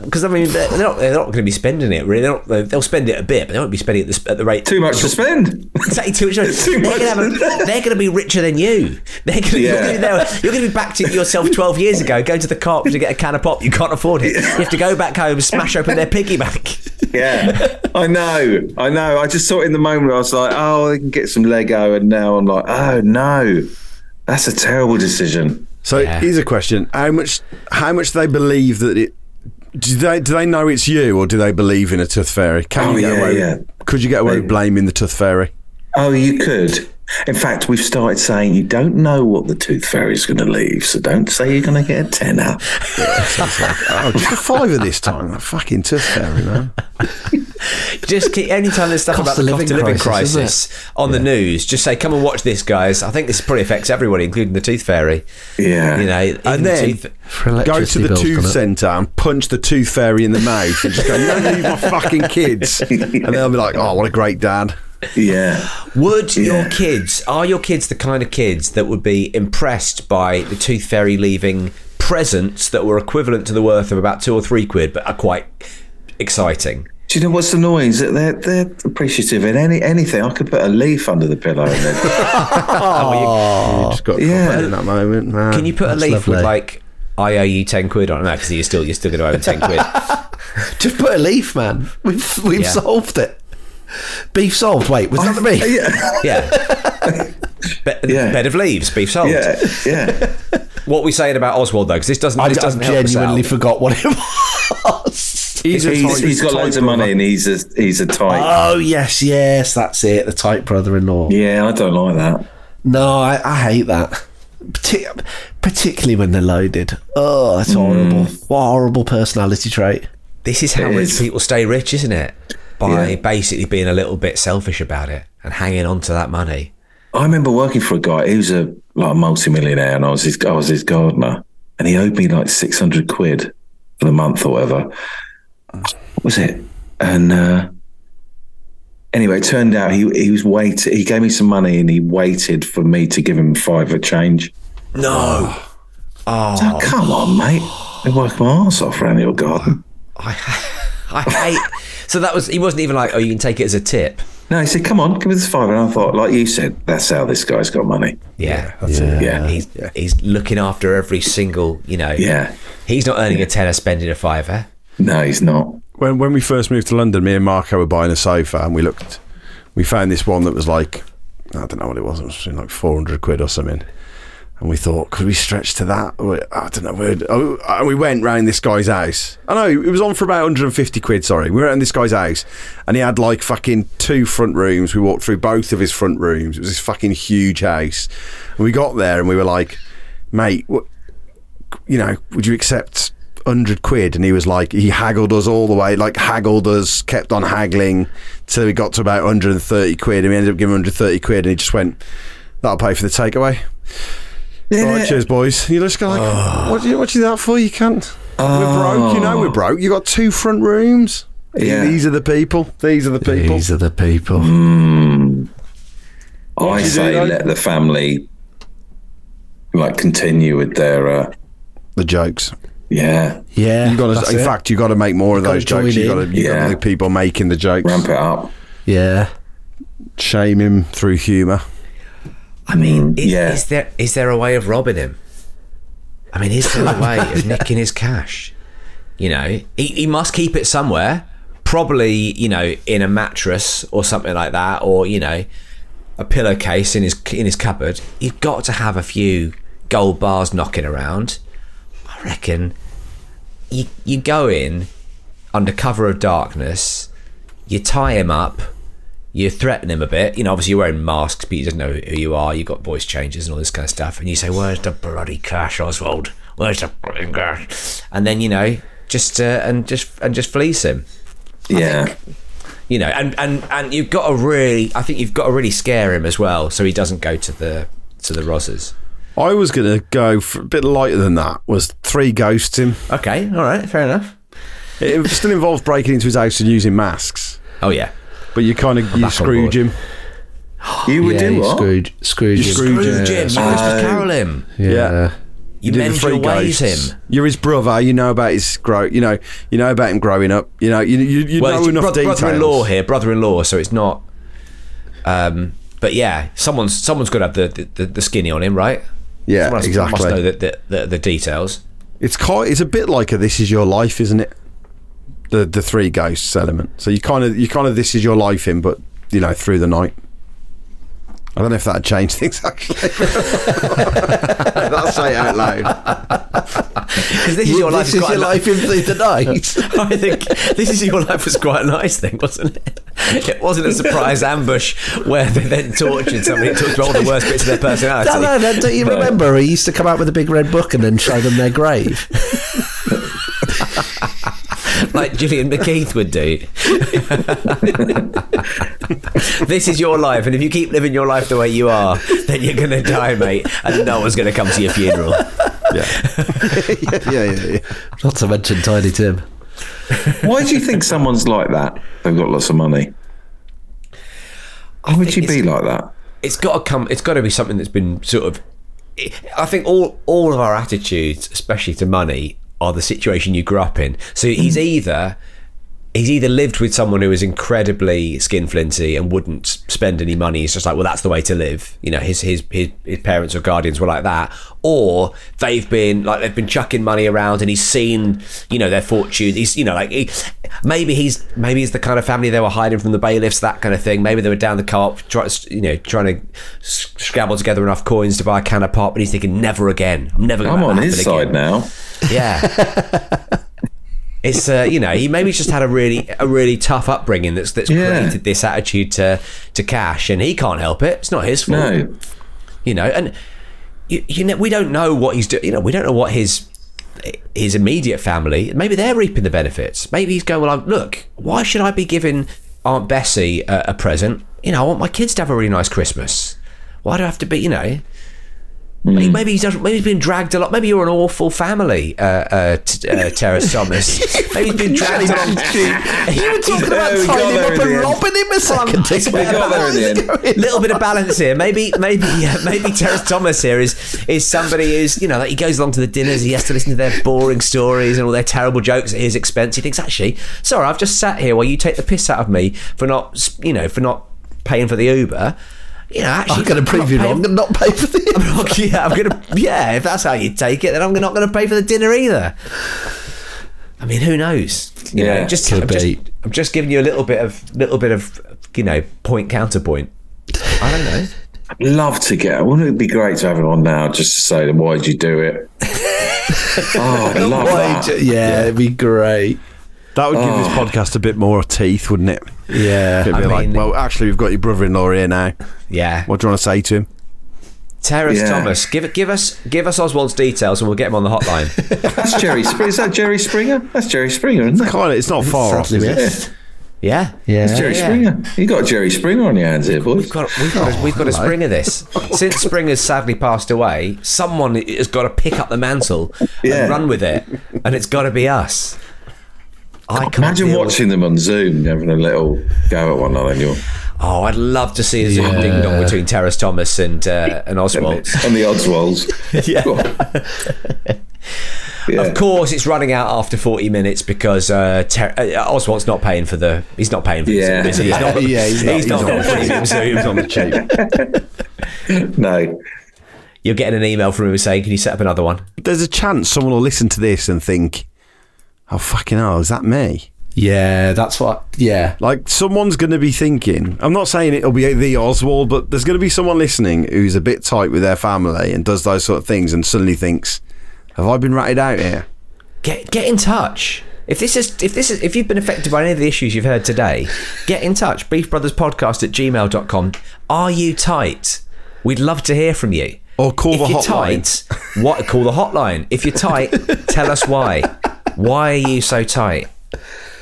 Speaker 4: because I mean they're, they're not they're not going to be spending it really. They're not, they'll spend it a bit, but they won't be spending it at the, at the rate
Speaker 6: Too much to spend.
Speaker 4: Take too much. They're
Speaker 6: much.
Speaker 4: gonna have a- They're going to be richer than you. They're going to,
Speaker 6: Yeah.
Speaker 4: you're, going to, you're going to be back to yourself 12 years ago, going to the co-op to get a can of pop. You can't afford it. You have to go back home, smash open their piggy bank.
Speaker 6: Yeah, I know, I know. I just saw it in the moment. I was like, oh, they can get some Lego, and now I'm like, oh no, that's a terrible decision.
Speaker 2: So here's a question: How much? How much do they believe that it? Do they do they know it's you, or do they believe in a tooth fairy? Can
Speaker 6: Oh,
Speaker 2: you get
Speaker 6: yeah,
Speaker 2: away?
Speaker 6: yeah.
Speaker 2: Could you get away with blaming the tooth fairy?
Speaker 6: Oh, you could. In fact, we've started saying you don't know what the tooth fairy's going to leave, so don't say you're going to get a tenner.
Speaker 2: Oh, just a fiver this time. That fucking tooth fairy, man.
Speaker 4: Just keep, anytime there's stuff
Speaker 3: Cost
Speaker 4: about
Speaker 3: of
Speaker 4: the cost of
Speaker 3: living
Speaker 4: living
Speaker 3: crisis,
Speaker 4: crisis, on the news, just say, come and watch this, guys. I think this probably affects everybody, including the tooth fairy.
Speaker 6: Yeah.
Speaker 4: You know, even
Speaker 2: And
Speaker 4: the
Speaker 2: then
Speaker 4: tooth-
Speaker 2: go
Speaker 3: For
Speaker 2: to
Speaker 3: electricity
Speaker 2: the
Speaker 3: bills,
Speaker 2: tooth
Speaker 3: gone up.
Speaker 2: centre and punch the tooth fairy in the mouth and just go, "No, leave my fucking kids," and they'll be like, "Oh, what a great dad."
Speaker 6: Yeah.
Speaker 4: Would your
Speaker 6: Yeah.
Speaker 4: kids are your kids the kind of kids that would be impressed by the tooth fairy leaving presents that were equivalent to the worth of about two or three quid, but are quite exciting?
Speaker 6: Do you know what's annoying? Is that they're they're appreciative in any anything. I could put a leaf under the pillow. And then,
Speaker 3: Oh.
Speaker 2: You just got
Speaker 6: yeah.
Speaker 2: yeah. in that moment, man.
Speaker 4: Can you put a
Speaker 3: that's
Speaker 4: leaf with
Speaker 3: lovely.
Speaker 4: like I owe you ten quid on it? No, because you're still you're still going to owe them ten quid.
Speaker 3: Just put a leaf, man. We've, we've
Speaker 4: Yeah.
Speaker 3: solved it. Beef solved. Wait, was that the beef?
Speaker 6: yeah,
Speaker 4: Yeah. Be-
Speaker 6: Yeah.
Speaker 4: Bed of leaves, beef sold.
Speaker 6: yeah, yeah.
Speaker 4: What we saying about Oswald though, because this doesn't.
Speaker 3: I,
Speaker 4: this
Speaker 3: have
Speaker 4: doesn't help us
Speaker 3: genuinely
Speaker 4: out.
Speaker 3: forgot what it was.
Speaker 2: He's, a
Speaker 6: He's,
Speaker 2: tight-
Speaker 6: he's got
Speaker 2: tight
Speaker 6: loads of
Speaker 2: brother.
Speaker 6: money, and he's a he's a tight.
Speaker 4: Ah.
Speaker 3: Oh, yes, yes, that's it. The tight brother in law.
Speaker 6: Yeah, I don't like that.
Speaker 3: No, I, I hate that. Partic- particularly when they're loaded. Oh, that's horrible. What a horrible personality trait.
Speaker 4: This is how
Speaker 6: It
Speaker 4: rich
Speaker 6: is.
Speaker 4: people stay rich, isn't it? by
Speaker 6: Yeah.
Speaker 4: basically being a little bit selfish about it and hanging on to that money.
Speaker 6: I remember working for a guy. He was a like a multimillionaire, and I was his I was his gardener, and he owed me like six hundred quid for the month or whatever. What was it? And uh, anyway, it turned out he he was wait. He gave me some money, and he waited for me to give him five a change.
Speaker 4: No,
Speaker 6: Oh, come on, mate! I work my arse off around your garden.
Speaker 4: I hate. so that was he wasn't even like, oh, you can take it as a tip.
Speaker 6: No, he said, "Come on, give me this five. And I thought, like you said, that's how this guy's got money.
Speaker 4: Yeah,
Speaker 6: Yeah.
Speaker 4: He's he's looking after every single, you know.
Speaker 6: Yeah.
Speaker 4: He's not earning a tenner, spending a fiver.
Speaker 6: No, he's not.
Speaker 2: When when we first moved to London, me and Marco were buying a sofa, and we looked. We found this one that was like I don't know what it was. It was like four hundred quid or something. And we thought, could we stretch to that? We- I don't know. We'd, oh, and we went round this guy's house. I know it was on for about 150 quid. Sorry, we were at this guy's house, and he had like fucking two front rooms. We walked through both of his front rooms. It was this fucking huge house, and we got there and we were like, mate, what, you know, would you accept 100 quid? And he was like, he haggled us all the way, like haggled us, kept on haggling till we got to about 130 quid. And we ended up giving 130 quid. And he just went, that'll pay for the takeaway. All right, cheers, boys. And you just go like,
Speaker 3: Oh.
Speaker 2: what, do you, what do you do that for? You can't. We're broke. You know we're broke. You got two front rooms.
Speaker 6: Yeah.
Speaker 2: These are the people. These are the people.
Speaker 3: These are the people.
Speaker 6: I say
Speaker 2: though?
Speaker 6: let the family like continue with their uh,
Speaker 2: the jokes.
Speaker 6: yeah
Speaker 3: Yeah,
Speaker 2: You got
Speaker 3: that's
Speaker 2: to. In
Speaker 3: it.
Speaker 2: fact, you got to make more of
Speaker 3: gotta
Speaker 2: those jokes.
Speaker 3: join
Speaker 2: You got to.
Speaker 3: in.
Speaker 2: You got
Speaker 6: Yeah.
Speaker 2: to the people making the jokes.
Speaker 6: ramp it up.
Speaker 3: yeah.
Speaker 2: Shame him through humour.
Speaker 4: I mean, is,
Speaker 6: yeah.
Speaker 4: is there is there a way of robbing him? I mean, is there a way of nicking his cash? You know, he, he must keep it somewhere. Probably, you know, in a mattress or something like that, or you know, a pillowcase in his in his cupboard. You've got to have a few gold bars knocking around. I reckon you you go in under cover of darkness. You tie him up you threaten him a bit. You know, obviously you're wearing masks, but he doesn't know who you are. You've got voice changes and all this kind of stuff. And you say, "Where's the bloody cash, Oswald? Where's the bloody cash?" And then you know, just uh, and just and just fleece him.
Speaker 6: Yeah,
Speaker 4: You know, and and and you've got to really, I think you've got to really scare him as well, so he doesn't go to the to the Rosses.
Speaker 2: I was going to go for a bit lighter than that. Was three ghosts him?
Speaker 4: Okay, all right, fair enough.
Speaker 2: It still involved breaking into his house and using masks,
Speaker 4: Oh yeah,
Speaker 2: but you kind of
Speaker 4: back
Speaker 2: you
Speaker 4: on
Speaker 2: screwed
Speaker 4: board.
Speaker 2: him.
Speaker 6: you would
Speaker 3: yeah,
Speaker 6: do
Speaker 3: you
Speaker 6: what?
Speaker 3: Scrooge, Scrooge,
Speaker 2: You
Speaker 3: him.
Speaker 2: Scrooge
Speaker 4: Scrooge
Speaker 2: him.
Speaker 4: him, Scrooge
Speaker 6: Oh.
Speaker 4: was Carol him.
Speaker 3: Yeah.
Speaker 2: Yeah.
Speaker 4: You,
Speaker 2: did
Speaker 4: mend
Speaker 2: the three
Speaker 4: your ways
Speaker 2: ghosts.
Speaker 4: him.
Speaker 2: You're his brother. You know about his grow. You know. You know about him growing up. You know. You you, you
Speaker 4: well,
Speaker 2: know
Speaker 4: it's
Speaker 2: enough
Speaker 4: bro-
Speaker 2: details.
Speaker 4: brother-in-law here, brother-in-law. So it's not. Um, but yeah, someone's someone's got to have the, the, the, the skinny on him, right?
Speaker 2: Yeah,
Speaker 4: Someone has-
Speaker 2: exactly.
Speaker 4: Must know the, the, the, the details.
Speaker 2: It's quite. It's a bit like a "This Is Your Life," isn't it? The the three ghosts element. So you kind of you kind of "This Is Your Life" him, but you know through the night. I don't know if that'd change things actually. That'll say it out loud.
Speaker 4: Because this is your life.
Speaker 3: This is
Speaker 4: quite
Speaker 3: your
Speaker 4: a-
Speaker 3: life in the night.
Speaker 4: I think this is your life was quite a nice thing, wasn't it? It wasn't a surprise ambush where they then tortured somebody, talked about all the worst bits of their personality.
Speaker 3: No, no, no, don't you
Speaker 4: But-
Speaker 3: remember? He used to come out with a big red book and then show them their grave.
Speaker 4: like Gillian McKeith would do. this is your life, and if you keep living your life the way you are, then you're going to die, mate, and no one's going to come to your funeral.
Speaker 2: Yeah, yeah, yeah. yeah.
Speaker 3: Not to mention Tiny Tim.
Speaker 6: Why do you think someone's like that? They've got lots of money. Why would you
Speaker 4: think
Speaker 6: be like that?
Speaker 4: It's got to come. It's got to be something that's been sort of. I think all all of our attitudes, especially to money, are the situation you grew up in. So he's either. He's either lived with someone who is incredibly skinflinty and wouldn't spend any money. It's just like, well, that's the way to live. You know, his his his, his parents or guardians were like that, or they've been like they've been chucking money around, and he's seen you know their fortune. He's you know like he, maybe he's maybe he's the kind of family they were hiding from the bailiffs, that kind of thing. Maybe they were down the co-op, try, you know, trying to s- scrabble together enough coins to buy a can of pop, and he's thinking, never again. I'm never. Gonna
Speaker 6: I'm
Speaker 4: let
Speaker 6: on
Speaker 4: that happen
Speaker 6: his side
Speaker 4: again."
Speaker 6: now.
Speaker 4: Yeah. It's uh, you know he maybe just had a really a really tough upbringing that's that's
Speaker 6: Yeah.
Speaker 4: created this attitude to to cash and he can't help it it's not his fault
Speaker 6: No,
Speaker 4: you know and you, you know we don't know what he's doing you know we don't know what his his immediate family maybe they're reaping the benefits maybe he's going well I'm, look why should I be giving Aunt Bessie a, a present. You know, I want my kids to have a really nice Christmas. Why do I have to be? You know, Maybe-
Speaker 3: Hmm.
Speaker 4: maybe he's done- maybe he's been dragged a lot. Maybe you're an awful family, uh, uh, t- uh, Terrace Thomas. maybe he's been dragged along.
Speaker 3: You were talking
Speaker 6: Yeah,
Speaker 3: about
Speaker 6: we got
Speaker 3: tying him
Speaker 6: there
Speaker 3: up
Speaker 6: in
Speaker 3: and
Speaker 6: the end.
Speaker 3: robbing him a second.
Speaker 4: it's a bit
Speaker 6: got there in the end.
Speaker 4: little bit of balance here. Maybe, maybe, uh, maybe Terrence Thomas here is is somebody who's you know like he goes along to the dinners. He has to listen to their boring stories and all their terrible jokes at his expense. He thinks actually, sorry, I've just sat here while you take the piss out of me for not you know for not paying for the Uber. You know, actually,
Speaker 3: I'm going to prove you
Speaker 4: not
Speaker 3: wrong.
Speaker 4: paying-
Speaker 3: I'm going to not pay for this.
Speaker 4: I'm not- yeah, I'm gonna. Yeah, if that's how you take it, then I'm not going to pay for the dinner either. I mean, who knows? You know,
Speaker 6: Yeah.
Speaker 4: just,
Speaker 3: Could
Speaker 4: I'm just
Speaker 3: be.
Speaker 4: I'm just giving you a little bit of little bit of you know point counterpoint. I don't know.
Speaker 6: Love to get. Wouldn't it be great to have him on now just to say, why did you do it? oh, I love that.
Speaker 3: yeah, it'd be great.
Speaker 2: That would give this podcast a bit more teeth, wouldn't it?
Speaker 3: Yeah.
Speaker 2: Oh. It'd be
Speaker 4: I
Speaker 2: like,
Speaker 4: mean-
Speaker 2: well, actually, we've got your brother-in-law here now.
Speaker 4: Yeah,
Speaker 2: What do you want to say to him?
Speaker 4: Terrace
Speaker 6: Yeah.
Speaker 4: Thomas, give it, give us, give us Oswald's details, and we'll get him on the hotline.
Speaker 6: That's Jerry Springer. Is that Jerry Springer? That's Jerry Springer, isn't it?
Speaker 2: Kind of, it's not far off.
Speaker 3: Sadly,
Speaker 2: is it?
Speaker 3: yes.
Speaker 4: yeah,
Speaker 3: Yeah.
Speaker 6: That's Jerry
Speaker 4: Yeah.
Speaker 6: Springer. You got Jerry Springer on your hands here, boys.
Speaker 4: We've got, we've got, a, we've got a Springer this. Since Springer's sadly passed away, someone has got to pick up the mantle
Speaker 6: Yeah.
Speaker 4: and run with it, and it's got to be us. I can't
Speaker 6: Imagine
Speaker 4: deal with-
Speaker 6: watching them on Zoom, having a little go at one another. and you're-
Speaker 4: Oh, I'd love to see a Zoom
Speaker 3: Yeah.
Speaker 4: ding dong between Terrace Thomas and uh, and Oswald.
Speaker 6: On the Oswalds.
Speaker 4: Yeah.
Speaker 6: Go on. yeah.
Speaker 4: Of course, it's running out after forty minutes because uh, Ter- uh, Oswald's not paying for the. He's not paying for
Speaker 6: Yeah.
Speaker 4: the Zoom. is he? He's not.
Speaker 3: Yeah, he's not-
Speaker 4: he's not on premium Zoom.
Speaker 2: It's on the cheap.
Speaker 6: No.
Speaker 4: You're getting an email from him saying, "Can you set up another one?"
Speaker 2: There's a chance someone will listen to this and think, "Oh fucking hell, is that me?"
Speaker 3: Yeah, that's what. Yeah.
Speaker 2: Like someone's going to be thinking. I'm not saying it'll be the Oswald, but there's going to be someone listening who's a bit tight with their family and does those sort of things, and suddenly thinks, "Have I been ratted out here?"
Speaker 4: Get get in touch. If this is if this is if you've been affected by any of the issues you've heard today, get in touch. Beefbrotherspodcast at gmail.com. Are you tight? We'd love to hear from you.
Speaker 2: Or call
Speaker 4: if
Speaker 2: the
Speaker 4: you're
Speaker 2: hotline.
Speaker 4: tight, what call the hotline? If you're tight, tell us why. Why are you so tight?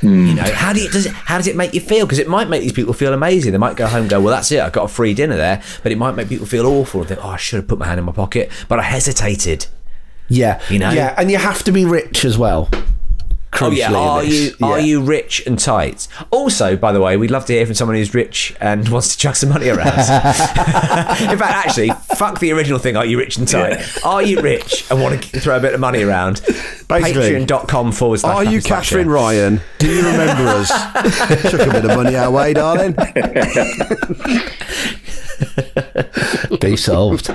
Speaker 2: Hmm.
Speaker 4: You know, how do you does it, how does it make you feel? Because it might make these people feel amazing. They might go home and go, well, that's it. I got a free dinner there. But it might make people feel awful and think, oh, I should have put my hand in my pocket, but I hesitated.
Speaker 3: Yeah.
Speaker 4: You know?
Speaker 3: Yeah, and you have to be rich as well.
Speaker 4: Oh yeah,
Speaker 3: Crucially in
Speaker 4: are
Speaker 3: this.
Speaker 4: you are
Speaker 3: Yeah.
Speaker 4: you rich and tight? Also, by the way, we'd love to hear from someone who's rich and wants to chuck some money around. In fact, actually, fuck the original thing. Are you rich and tight? Are you rich and want to throw a bit of money around?
Speaker 2: Basically,
Speaker 4: Patreon.com forward slash.
Speaker 2: Are you
Speaker 4: Happy Slacker.
Speaker 2: Catherine Ryan? Do you remember us? Chuck a bit of money our way, darling.
Speaker 3: Be solved.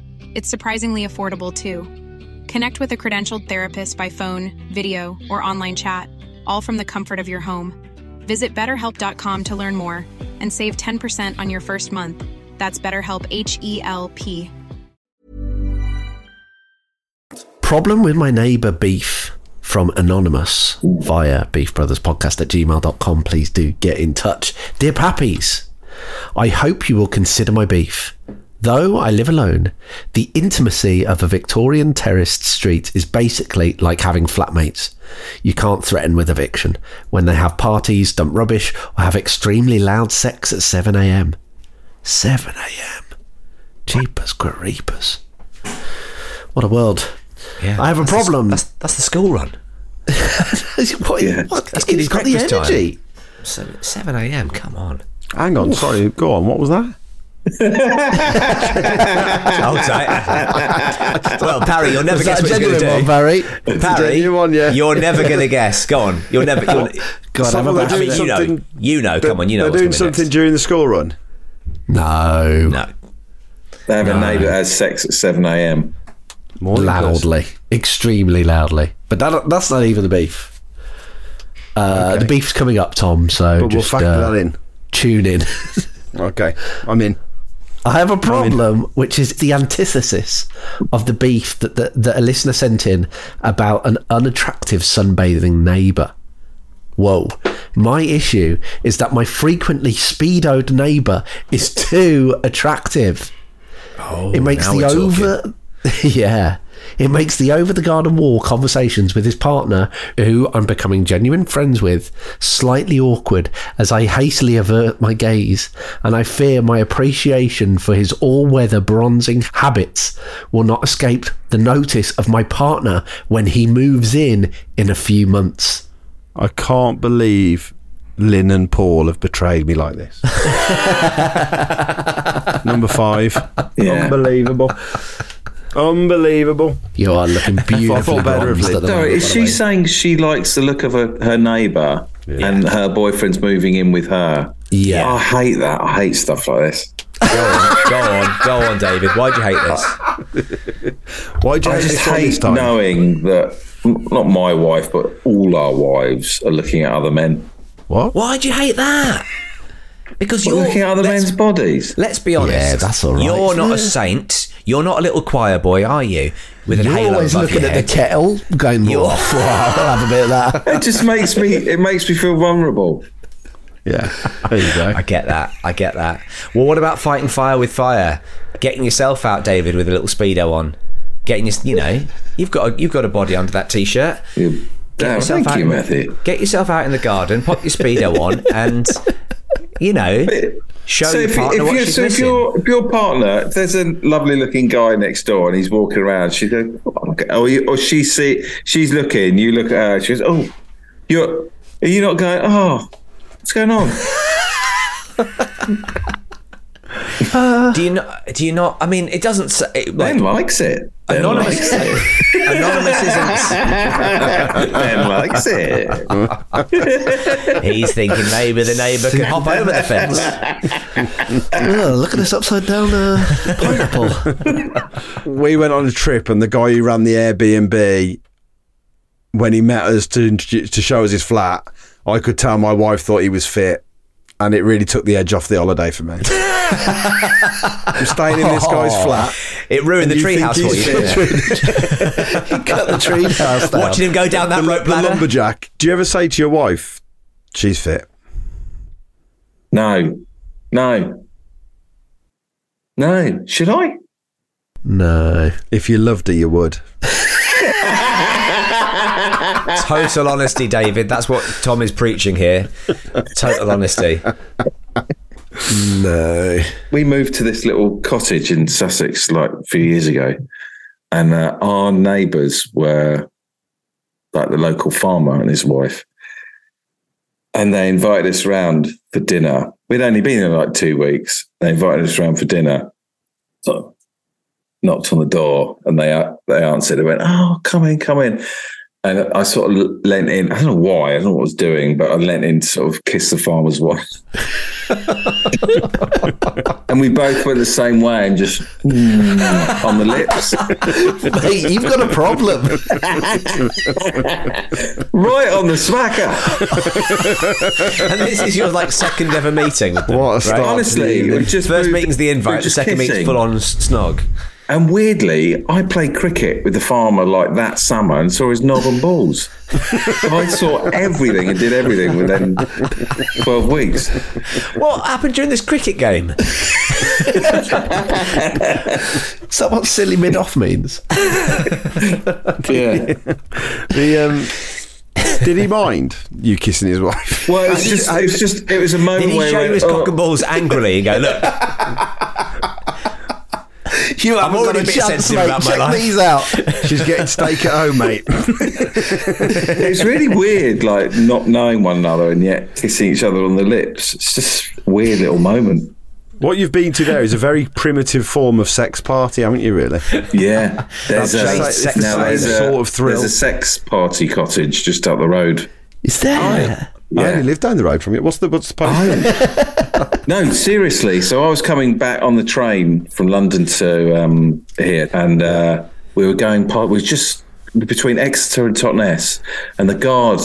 Speaker 7: It's surprisingly affordable too. Connect with a credentialed therapist by phone, video, or online chat, all from the comfort of your home. Visit betterhelp.com to learn more and save 10% on your first month. That's BetterHelp H E L P.
Speaker 3: Problem with my neighbour beef from Anonymous via beefbrotherspodcast at gmail.com. Please do get in touch. Dear Pappies, I hope you will consider my beef. Though I live alone, the intimacy of a Victorian terraced street is basically like having flatmates. You can't threaten with eviction when they have parties, dump rubbish, or have extremely loud sex at 7am. 7am. Jeepers, creepers. What a world. I have
Speaker 4: That's
Speaker 3: a
Speaker 4: the-
Speaker 3: problem.
Speaker 4: That's, that's the school run.
Speaker 3: what, what,
Speaker 4: That's getting
Speaker 3: he's got the
Speaker 4: breakfast time.
Speaker 3: energy.
Speaker 4: Seven, 7 a.m. Come on.
Speaker 2: Hang on, sorry. Go on. What was that?
Speaker 4: Hold tight. well, Parry, you'll never
Speaker 3: Was
Speaker 4: guess
Speaker 3: that a
Speaker 4: what he's going
Speaker 3: genuine
Speaker 4: to
Speaker 3: one,
Speaker 4: do.
Speaker 3: Barry?
Speaker 4: Parry,
Speaker 2: genuine one, yeah.
Speaker 4: you're never going to guess. Go on. You're never. You're,
Speaker 3: God, I'm
Speaker 2: Someone
Speaker 3: about
Speaker 2: they're
Speaker 4: I
Speaker 3: to
Speaker 4: mean, you
Speaker 2: doing
Speaker 4: know.
Speaker 2: something-
Speaker 4: You know. Come on. You know.
Speaker 2: They're
Speaker 4: what's
Speaker 2: doing
Speaker 4: gonna be
Speaker 2: something during the school run.
Speaker 3: No,
Speaker 4: Next. No.
Speaker 6: They have a neighbour that has sex at 7 a.m.
Speaker 2: Morning person.
Speaker 3: loudly, extremely loudly. But that, that's not even the beef. Uh, The beef's coming up, Tom.
Speaker 2: But
Speaker 3: So
Speaker 2: we'll
Speaker 3: just
Speaker 2: factor
Speaker 3: uh,
Speaker 2: that in.
Speaker 3: tune in.
Speaker 2: Okay, I'm in.
Speaker 3: I have a problem, which is the antithesis of the beef that, that that a listener sent in about an unattractive sunbathing neighbour. Whoa. My issue is that my frequently speedoed neighbour is too attractive. Oh, it makes
Speaker 4: now
Speaker 3: the
Speaker 4: we're talking.
Speaker 3: over. yeah. It makes the over the garden wall conversations with his partner, who I'm becoming genuine friends with, slightly awkward as I hastily avert my gaze and I fear my appreciation for his all weather bronzing habits will not escape the notice of my partner when he moves in in a few months.
Speaker 2: I can't believe Lynn and Paul have betrayed me like this. Number five.
Speaker 6: Yeah.
Speaker 2: Unbelievable. Unbelievable.
Speaker 3: You are looking beautiful.
Speaker 2: better of Liz.
Speaker 6: No, is she saying she likes the look of her, her neighbour and her boyfriend's moving in with her?
Speaker 3: Yeah.
Speaker 6: I hate that. I hate stuff like this.
Speaker 4: Go on. Go on. Go on, David. Why'd you hate this?
Speaker 2: Why do you
Speaker 6: I
Speaker 2: hate
Speaker 6: just
Speaker 2: this one this
Speaker 6: hate
Speaker 2: time?
Speaker 6: knowing that m- not my wife, but all our wives are looking at other men.
Speaker 2: What?
Speaker 4: Why'd you hate that? Because
Speaker 6: We're
Speaker 4: you're
Speaker 6: looking at other
Speaker 4: let's-
Speaker 6: men's bodies.
Speaker 4: Let's be honest.
Speaker 3: Yeah, that's all right.
Speaker 4: You're not a saint. You're not a little choir boy, are you? With an
Speaker 3: You're
Speaker 4: halo
Speaker 3: always
Speaker 4: above
Speaker 3: looking
Speaker 4: your
Speaker 3: at the
Speaker 4: head.
Speaker 3: kettle, going,
Speaker 4: You
Speaker 3: "Well,
Speaker 4: are.
Speaker 3: I'll have a bit of that."
Speaker 6: It just makes me. It makes me feel vulnerable.
Speaker 2: Yeah. There you go.
Speaker 4: I get that. I get that. Well, what about fighting fire with fire? Getting yourself out, David, with a little speedo on. Getting your, you know, you've got a, you've got a body under that t-shirt.
Speaker 6: You- Damn,
Speaker 4: yourself
Speaker 6: thank
Speaker 4: out
Speaker 6: you,
Speaker 4: in-
Speaker 6: Matthew.
Speaker 4: Get yourself out in the garden, pop your speedo on, and you know, show
Speaker 6: so
Speaker 4: your
Speaker 6: if,
Speaker 4: partner
Speaker 6: if,
Speaker 4: what
Speaker 6: you,
Speaker 4: she's
Speaker 6: so if,
Speaker 4: missing.
Speaker 6: your, if your partner, if there's a lovely looking guy next door and he's walking around, she goes, oh, okay. or, you, or she see, she's looking, you look at her, she goes, oh, you're, are you not going, oh, what's going on?
Speaker 4: do you not? Do you not? I mean, it doesn't say it- like,
Speaker 6: Ben likes it. Ben
Speaker 4: anonymous.
Speaker 6: likes it.
Speaker 4: anonymous isn't.
Speaker 6: ben likes it.
Speaker 4: He's thinking maybe the neighbour can hop over the fence.
Speaker 3: Oh, look at this upside down uh, pineapple.
Speaker 2: we went on a trip, and the guy who ran the Airbnb, when he met us to introduce, to show us his flat, I could tell my wife thought he was fit, and it really took the edge off the holiday for me. I'm staying in this guy's flat.
Speaker 4: It ruined the
Speaker 2: You think
Speaker 4: treehouse for
Speaker 2: he's
Speaker 4: you. didn't it?
Speaker 3: Cut the tree down.
Speaker 4: Watching him go down that rope
Speaker 2: The
Speaker 4: ladder.
Speaker 2: lumberjack. Do you ever say to your wife, "She's fit"?
Speaker 6: No, no, no. Should I?
Speaker 3: No.
Speaker 2: If you loved her, you would.
Speaker 4: Total honesty, David. That's what Tom is preaching here. Total honesty.
Speaker 3: No.
Speaker 6: we moved to this little cottage in Sussex like a few years ago, and uh, our neighbours were like the local farmer and his wife, and they invited us round for dinner. We'd only been there like two weeks. They invited us round for dinner, so knocked on the door, and they uh, they answered. They went, "Oh, come in, come in." And I sort of leant in. I don't know why. I don't know what I was doing, but I leant in to sort of kiss the farmer's wife. And we both went the same way and just mm, on the lips.
Speaker 3: Mate, you've got a problem.
Speaker 6: right on the smacker.
Speaker 4: And this is your like second ever meeting. With them,
Speaker 2: What a start.
Speaker 6: Honestly, we just
Speaker 4: First
Speaker 6: moved-
Speaker 4: meeting's the
Speaker 6: we
Speaker 4: invite.
Speaker 6: were
Speaker 4: The
Speaker 6: just
Speaker 4: second meeting's
Speaker 6: kissing.
Speaker 4: full on snog.
Speaker 6: And weirdly, I played cricket with the farmer like that summer and saw his knob and balls. I saw everything and did everything within 12 weeks.
Speaker 4: What happened during this cricket game?
Speaker 3: Is that what silly mid off means?
Speaker 6: Yeah.
Speaker 2: The um, did he mind you kissing his wife?
Speaker 6: Well, it was just, it was just, it was a moment
Speaker 4: Did he
Speaker 6: where
Speaker 4: show
Speaker 6: I
Speaker 4: you his
Speaker 6: went,
Speaker 4: cock and
Speaker 6: "Oh,
Speaker 4: balls angrily and go, look,
Speaker 3: You
Speaker 4: I'm
Speaker 3: haven't
Speaker 4: already
Speaker 3: got
Speaker 4: a bit
Speaker 3: chance,
Speaker 4: sensitive
Speaker 3: mate.
Speaker 4: about my
Speaker 3: Check
Speaker 4: life.
Speaker 3: these out.
Speaker 2: She's getting steak at home, mate.
Speaker 6: It was really weird, like not knowing one another and yet kissing each other on the lips. It's just a weird little moment.
Speaker 2: What you've been to there is a very primitive form of sex party, haven't you? Really?
Speaker 6: Yeah, there's
Speaker 2: That's
Speaker 6: a,
Speaker 2: just like- it's
Speaker 6: now
Speaker 2: the
Speaker 6: there's
Speaker 2: same
Speaker 6: a
Speaker 2: sort of thrill.
Speaker 6: There's a sex party cottage just up the road.
Speaker 3: Is there?
Speaker 2: I
Speaker 6: Yeah.
Speaker 2: only live down the road from it. What's the what's the party?
Speaker 6: No, seriously. So I was coming back on the train from London to um, here, and uh, we were going. Part, we were just between Exeter and Totnes, and the guard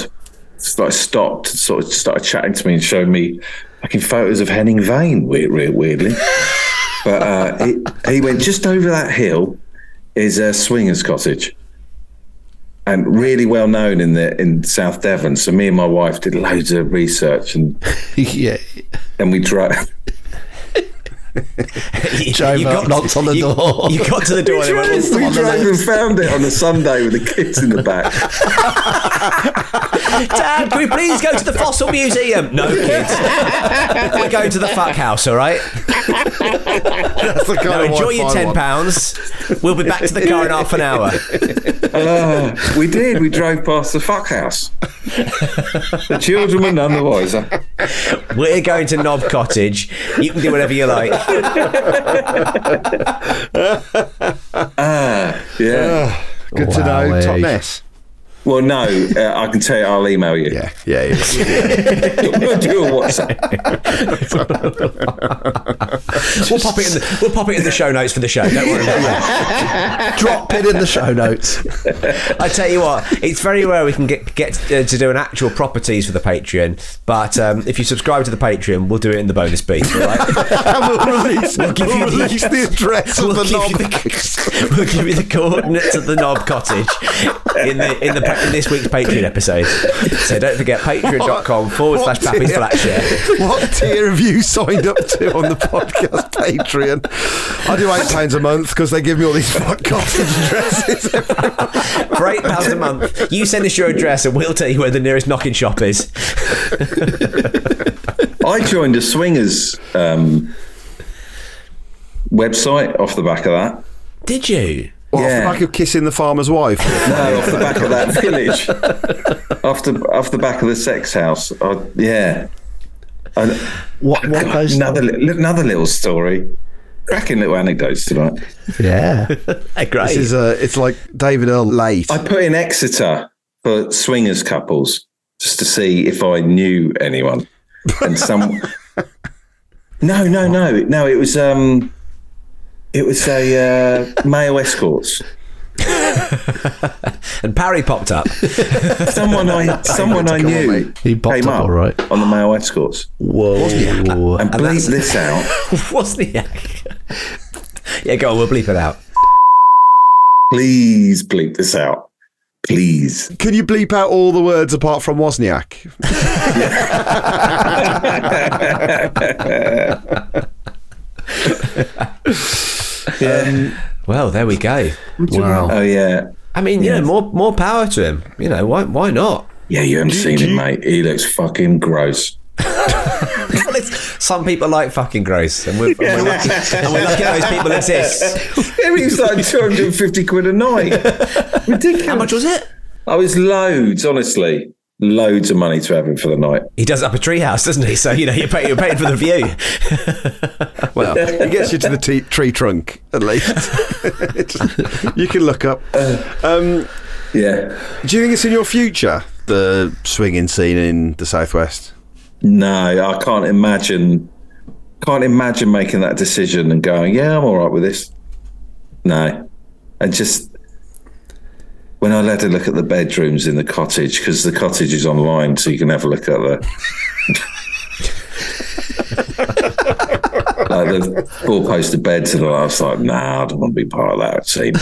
Speaker 6: like stopped, sort of started chatting to me and showed me fucking photos of Henning Vane. Weird, weird, weirdly, but uh, he, he went just over that hill is a swingers cottage. And really well known in the in South Devon. So me and my wife did loads of research, and
Speaker 3: yeah.
Speaker 6: and we drove.
Speaker 4: You,
Speaker 3: Drove up, knocked on the
Speaker 4: you-
Speaker 3: door.
Speaker 4: You got to the door. and they went, "Oh,
Speaker 6: We drove and found it on a Sunday with the kids in the back.
Speaker 4: Dad, can we please go to the fossil museum? No, kids. We're going to the fuck house. All right.
Speaker 2: That's the kind
Speaker 4: Now
Speaker 2: of
Speaker 4: enjoy
Speaker 2: wife
Speaker 4: your
Speaker 2: I
Speaker 4: ten
Speaker 2: want.
Speaker 4: pounds. We'll be back to the car in half an hour.
Speaker 6: Oh, we did. We drove past the fuck house. The children were none the wiser.
Speaker 4: We're going to Knob Cottage. You can do whatever you like.
Speaker 6: Ah, yeah.
Speaker 2: Good to know.
Speaker 3: Wowee.
Speaker 4: eh?
Speaker 2: Top mess.
Speaker 6: Well, no, uh, I can tell you. I'll email you.
Speaker 2: Yeah, yeah. yeah.
Speaker 6: We'll do a WhatsApp.
Speaker 4: We'll pop it in the we'll pop it in the show notes for the show. Don't worry. About that.
Speaker 3: Drop it in the show notes.
Speaker 4: I tell you what, it's very rare we can get get uh, to do an actual properties for the Patreon. But um, if you subscribe to the Patreon, we'll do it in the bonus beat. All right?
Speaker 2: and we'll release, we'll
Speaker 4: give you the-
Speaker 2: release the address
Speaker 4: we'll,
Speaker 2: of the
Speaker 4: give
Speaker 2: knob.
Speaker 4: you the, we'll give you the coordinates of the Knob Cottage in the in the pa- in this week's Patreon episode. So don't forget patreon.com forward slash
Speaker 2: What
Speaker 4: Pappy's
Speaker 2: tier-
Speaker 4: flat share.
Speaker 2: What tier have you signed up to on the podcast Patreon? I do eight pounds a month because they give me all these podcast addresses.
Speaker 4: For eight pounds a month, you send us your address and we'll tell you where the nearest knocking shop is.
Speaker 6: I joined a swingers um, website off the back of that.
Speaker 4: Did you?
Speaker 2: What,
Speaker 6: Yeah.
Speaker 2: Off the back of kissing the farmer's wife.
Speaker 6: No, off the back of that village. off the off the back of the sex house. Oh, yeah. And
Speaker 3: What? What goes?
Speaker 6: another li- another little story. Cracking little anecdotes tonight.
Speaker 3: Yeah.
Speaker 4: Hey, great.
Speaker 2: This is uh, it's like David Earl Uh, late.
Speaker 6: I put in Exeter for swingers couples just to see if I knew anyone, and some. no, no, no, no. It was um, it was a uh, male escorts.
Speaker 4: and Parry popped up.
Speaker 6: Someone I someone I knew
Speaker 3: He popped
Speaker 6: came
Speaker 3: up,
Speaker 6: up
Speaker 3: all right.
Speaker 6: on the male escorts.
Speaker 3: Whoa.
Speaker 6: And bleep this out.
Speaker 4: What's the Yeah, go on, we'll bleep it out.
Speaker 6: Please bleep this out. Please.
Speaker 2: Can you bleep out all the words apart from Wozniak?
Speaker 4: Well, there we go.
Speaker 3: Wow.
Speaker 6: Um, Oh yeah.
Speaker 4: I mean, you know, more more power to him. You know, why why not?
Speaker 6: Yeah, you haven't seen him, mate. He looks fucking gross.
Speaker 4: Well, it's- Some people like fucking gross, and we're, and we're lucky, and we're lucky those people exist.
Speaker 6: Everything's like 250 quid a night. Ridiculous.
Speaker 4: How much was it?
Speaker 6: I was loads, honestly. Loads of money to have him for the night.
Speaker 4: He does it up a treehouse, doesn't he? So you know, you're paying, you're paying for the view.
Speaker 2: Well, it gets you to the tea tree trunk at least. It's- you can look up. Um,
Speaker 6: Yeah.
Speaker 2: do you think it's in your future the swinging scene in the southwest?
Speaker 6: No, I can't imagine can't imagine making that decision and going, Yeah, I'm all right with this. No. And just when I had a look at the bedrooms in the cottage, because the cottage is online, so you can have a look at the like the four poster beds and all that. I was like, nah, I don't want to be part of that scene.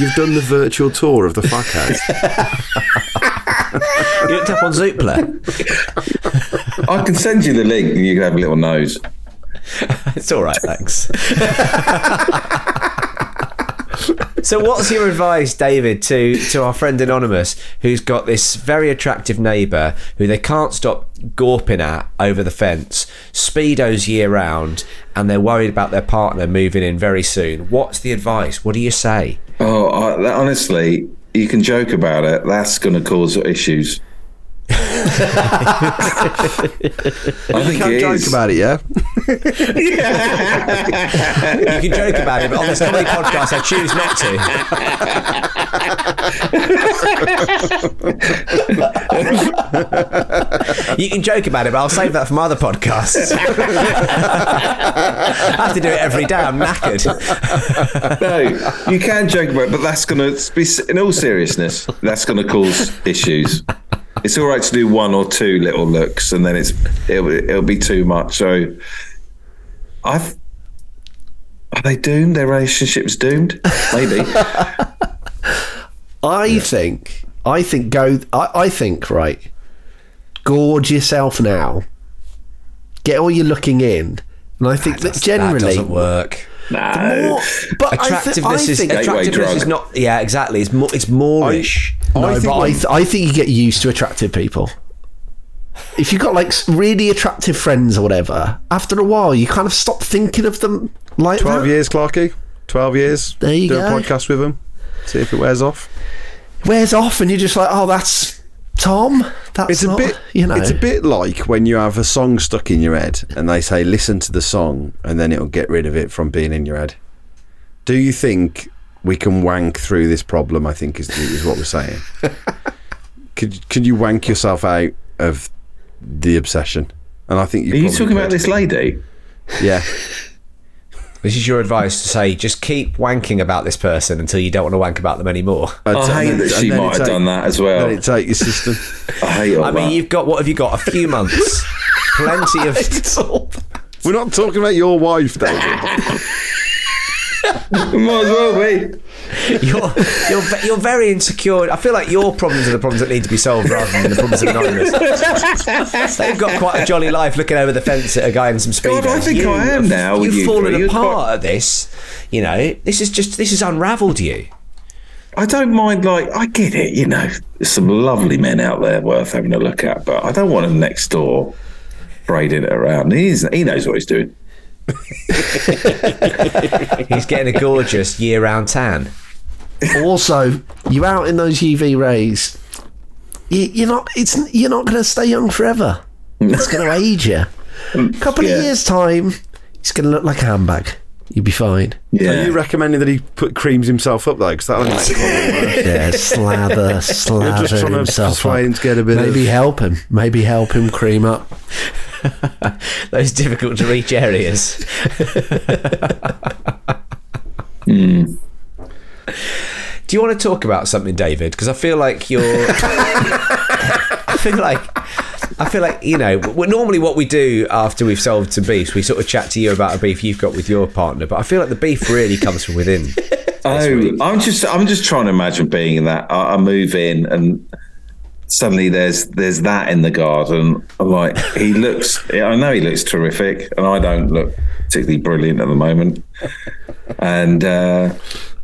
Speaker 2: You've done the virtual tour of the fuck house.
Speaker 4: You looked up on Zoopla.
Speaker 6: I can send you the link and you can have a little nose.
Speaker 4: It's all right, thanks. so, what's your advice, David, to to our friend Anonymous, who's got this very attractive neighbour who they can't stop gawping at over the fence, speedos year round, and they're worried about their partner moving in very soon? What's the advice? What do you say?
Speaker 6: Oh, I, that, honestly, you can joke about it. That's going to cause issues. I think
Speaker 2: Can't
Speaker 6: it
Speaker 2: joke
Speaker 6: is.
Speaker 2: about it, yeah?
Speaker 4: You can joke about it, but on this comedy podcast, I choose not to. you can joke about it, but I'll save that for my other podcasts. I have to do it every day. I'm knackered.
Speaker 6: No, you can joke about it, but that's going to be, in all seriousness, that's going to cause issues. It's all right to do one or two little looks, and then it's it'll, it'll be too much. So, I've are they doomed? Their relationship's doomed. Maybe.
Speaker 3: I think, I think, go, I, I think, right, gorge yourself now. Get all your looking in. And I
Speaker 2: Ah,
Speaker 3: think that, generally.
Speaker 4: that doesn't work.
Speaker 3: More, but I,
Speaker 4: Attractiveness
Speaker 3: th- I
Speaker 4: is
Speaker 3: think,
Speaker 6: Gateway
Speaker 4: attractiveness
Speaker 6: drug.
Speaker 4: is not. Yeah, exactly. It's more. It's Moorish.
Speaker 3: No,
Speaker 2: I think
Speaker 3: but I,
Speaker 2: when-
Speaker 3: th- I think you get used to attractive people. If you've got like s- really attractive friends or whatever, after a while you kind of stop thinking of them like
Speaker 2: 12
Speaker 3: that.
Speaker 2: years, Clarky. 12 years.
Speaker 3: There you
Speaker 2: Do
Speaker 3: go.
Speaker 2: a podcast with him. See if it wears off.
Speaker 3: Wears off, and you're just like, oh, that's Tom. That's
Speaker 2: It's
Speaker 3: not-
Speaker 2: a bit,
Speaker 3: you know.
Speaker 2: It's a bit like when you have a song stuck in your head, and they say, "Listen to the song," and then it'll get rid of it from being in your head. Do you think we can wank through this problem? I think is is what we're saying. could could you wank yourself out of the obsession? And I think you.
Speaker 6: Are you
Speaker 2: probably
Speaker 6: talking about
Speaker 2: could.
Speaker 6: this lady?
Speaker 2: Yeah,
Speaker 4: This is your advice to say: just keep wanking about this person until you don't want to wank about them anymore.
Speaker 6: I hate that she might have done that as well.
Speaker 2: Then it take your system.
Speaker 6: I hate all
Speaker 4: I mean,
Speaker 6: that.
Speaker 4: you've got what have you got? A few months, plenty of.
Speaker 2: We're not talking about your wife, David.
Speaker 6: might as well be.
Speaker 4: You're, you're ve- you're very insecure. I feel like your problems are the problems that need to be solved rather than the problems of anonymous. They've got quite a jolly life looking over the fence at a guy in some speedos.
Speaker 6: God, I think
Speaker 4: You-
Speaker 6: I am now with
Speaker 4: You've
Speaker 6: you
Speaker 4: fallen
Speaker 6: three. You're
Speaker 4: apart
Speaker 6: quite-
Speaker 4: at this. You know, this is just this has unravelled you.
Speaker 6: I don't mind, like, I get it, you know, there's some lovely men out there worth having a look at, but I don't want him next door braiding it around. He's, he knows what he's doing.
Speaker 4: He's getting a gorgeous year-round tan.
Speaker 3: also, you out in those UV rays. You, you're not. It's you're not going to stay young forever. It's going to age you. couple
Speaker 6: yeah.
Speaker 3: of years time, it's going to look like a handbag. You'll be fine.
Speaker 2: Are
Speaker 6: Yeah.
Speaker 2: you recommending that he put creams himself up though? Because that'll make it probably worse.
Speaker 3: Yeah, slather,
Speaker 2: You're just
Speaker 3: slather
Speaker 2: trying to
Speaker 3: himself
Speaker 2: persuade
Speaker 3: up.
Speaker 2: him to get a bit
Speaker 3: Maybe
Speaker 2: of-
Speaker 3: help him. Maybe help him cream up.
Speaker 4: Those difficult to reach areas. Do you want to talk about something, David? Because I feel like you're. I feel like. I feel like you know. we normally, what we do after we've solved some beefs, we sort of chat to you about a beef you've got with your partner. But I feel like the beef really comes from within.
Speaker 6: Oh, I'm just, I'm just trying to imagine being in that. I, I move in and suddenly there's, there's that in the garden. I'm like, he looks, I know he looks terrific and I don't look particularly brilliant at the moment. And, uh,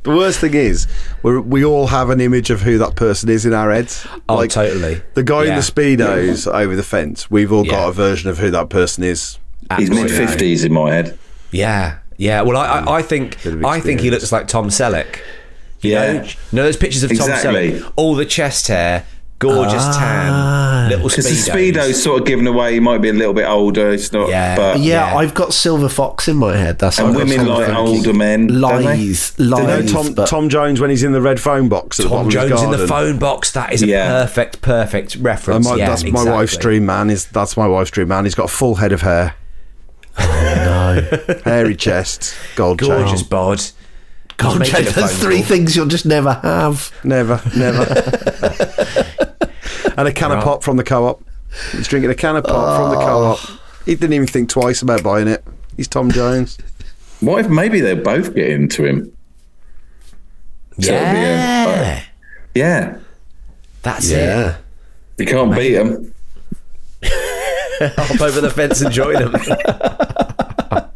Speaker 2: The worst thing is, we're, we all have an image of who that person is in our heads.
Speaker 4: Oh, totally.
Speaker 2: The guy in
Speaker 4: Yeah.
Speaker 2: the speedos over the fence. We've all
Speaker 4: Yeah.
Speaker 2: got a version of who that person is.
Speaker 6: he's mid 50s in my head.
Speaker 4: Yeah, yeah. Well, I, I, I think
Speaker 2: Bit of
Speaker 4: I think he
Speaker 2: experience.
Speaker 4: looks like Tom Selleck. You
Speaker 6: Yeah.
Speaker 4: know, you know those pictures of
Speaker 6: Exactly.
Speaker 4: Tom Selleck, all the chest hair, gorgeous tan, little
Speaker 6: Because
Speaker 4: speedos.
Speaker 6: the speedo's sort of given away. He might be a little bit older. It's not.
Speaker 4: Yeah.
Speaker 6: But
Speaker 3: Yeah,
Speaker 4: Yeah.
Speaker 3: I've got silver fox in my head. That's
Speaker 6: and
Speaker 3: I've got
Speaker 6: women
Speaker 3: silver
Speaker 6: like
Speaker 3: fox.
Speaker 6: older men. don't they?
Speaker 3: Lies,
Speaker 2: You know
Speaker 3: lies.
Speaker 2: Tom,
Speaker 3: but
Speaker 2: Tom Jones when he's in the red phone box at the bottom
Speaker 4: Tom
Speaker 2: of his
Speaker 4: Jones in the
Speaker 2: garden?
Speaker 4: phone box. That is a
Speaker 6: Yeah.
Speaker 4: perfect, perfect
Speaker 2: And
Speaker 4: reference.
Speaker 2: my,
Speaker 4: yeah,
Speaker 2: that's my
Speaker 4: exactly.
Speaker 2: wife's dream man. Is that's my wife's dream man. He's got a full head of hair,
Speaker 3: Oh, no,
Speaker 2: hairy chest, gold
Speaker 4: Gorgeous
Speaker 2: chain.
Speaker 4: bod.
Speaker 3: God,
Speaker 4: making a
Speaker 3: James,
Speaker 4: phone
Speaker 3: those three
Speaker 4: call.
Speaker 3: things you'll just never have.
Speaker 2: Never, never. and a can of pop from the co-op. He's drinking a can of pop from the co-op. He didn't even think twice about buying it. He's Tom Jones.
Speaker 6: What if maybe they both get into him? So it'd be a- uh,
Speaker 4: Yeah,
Speaker 6: yeah.
Speaker 4: that's it.
Speaker 3: Yeah,
Speaker 6: You can't beat him.
Speaker 4: Hop over the fence and join them.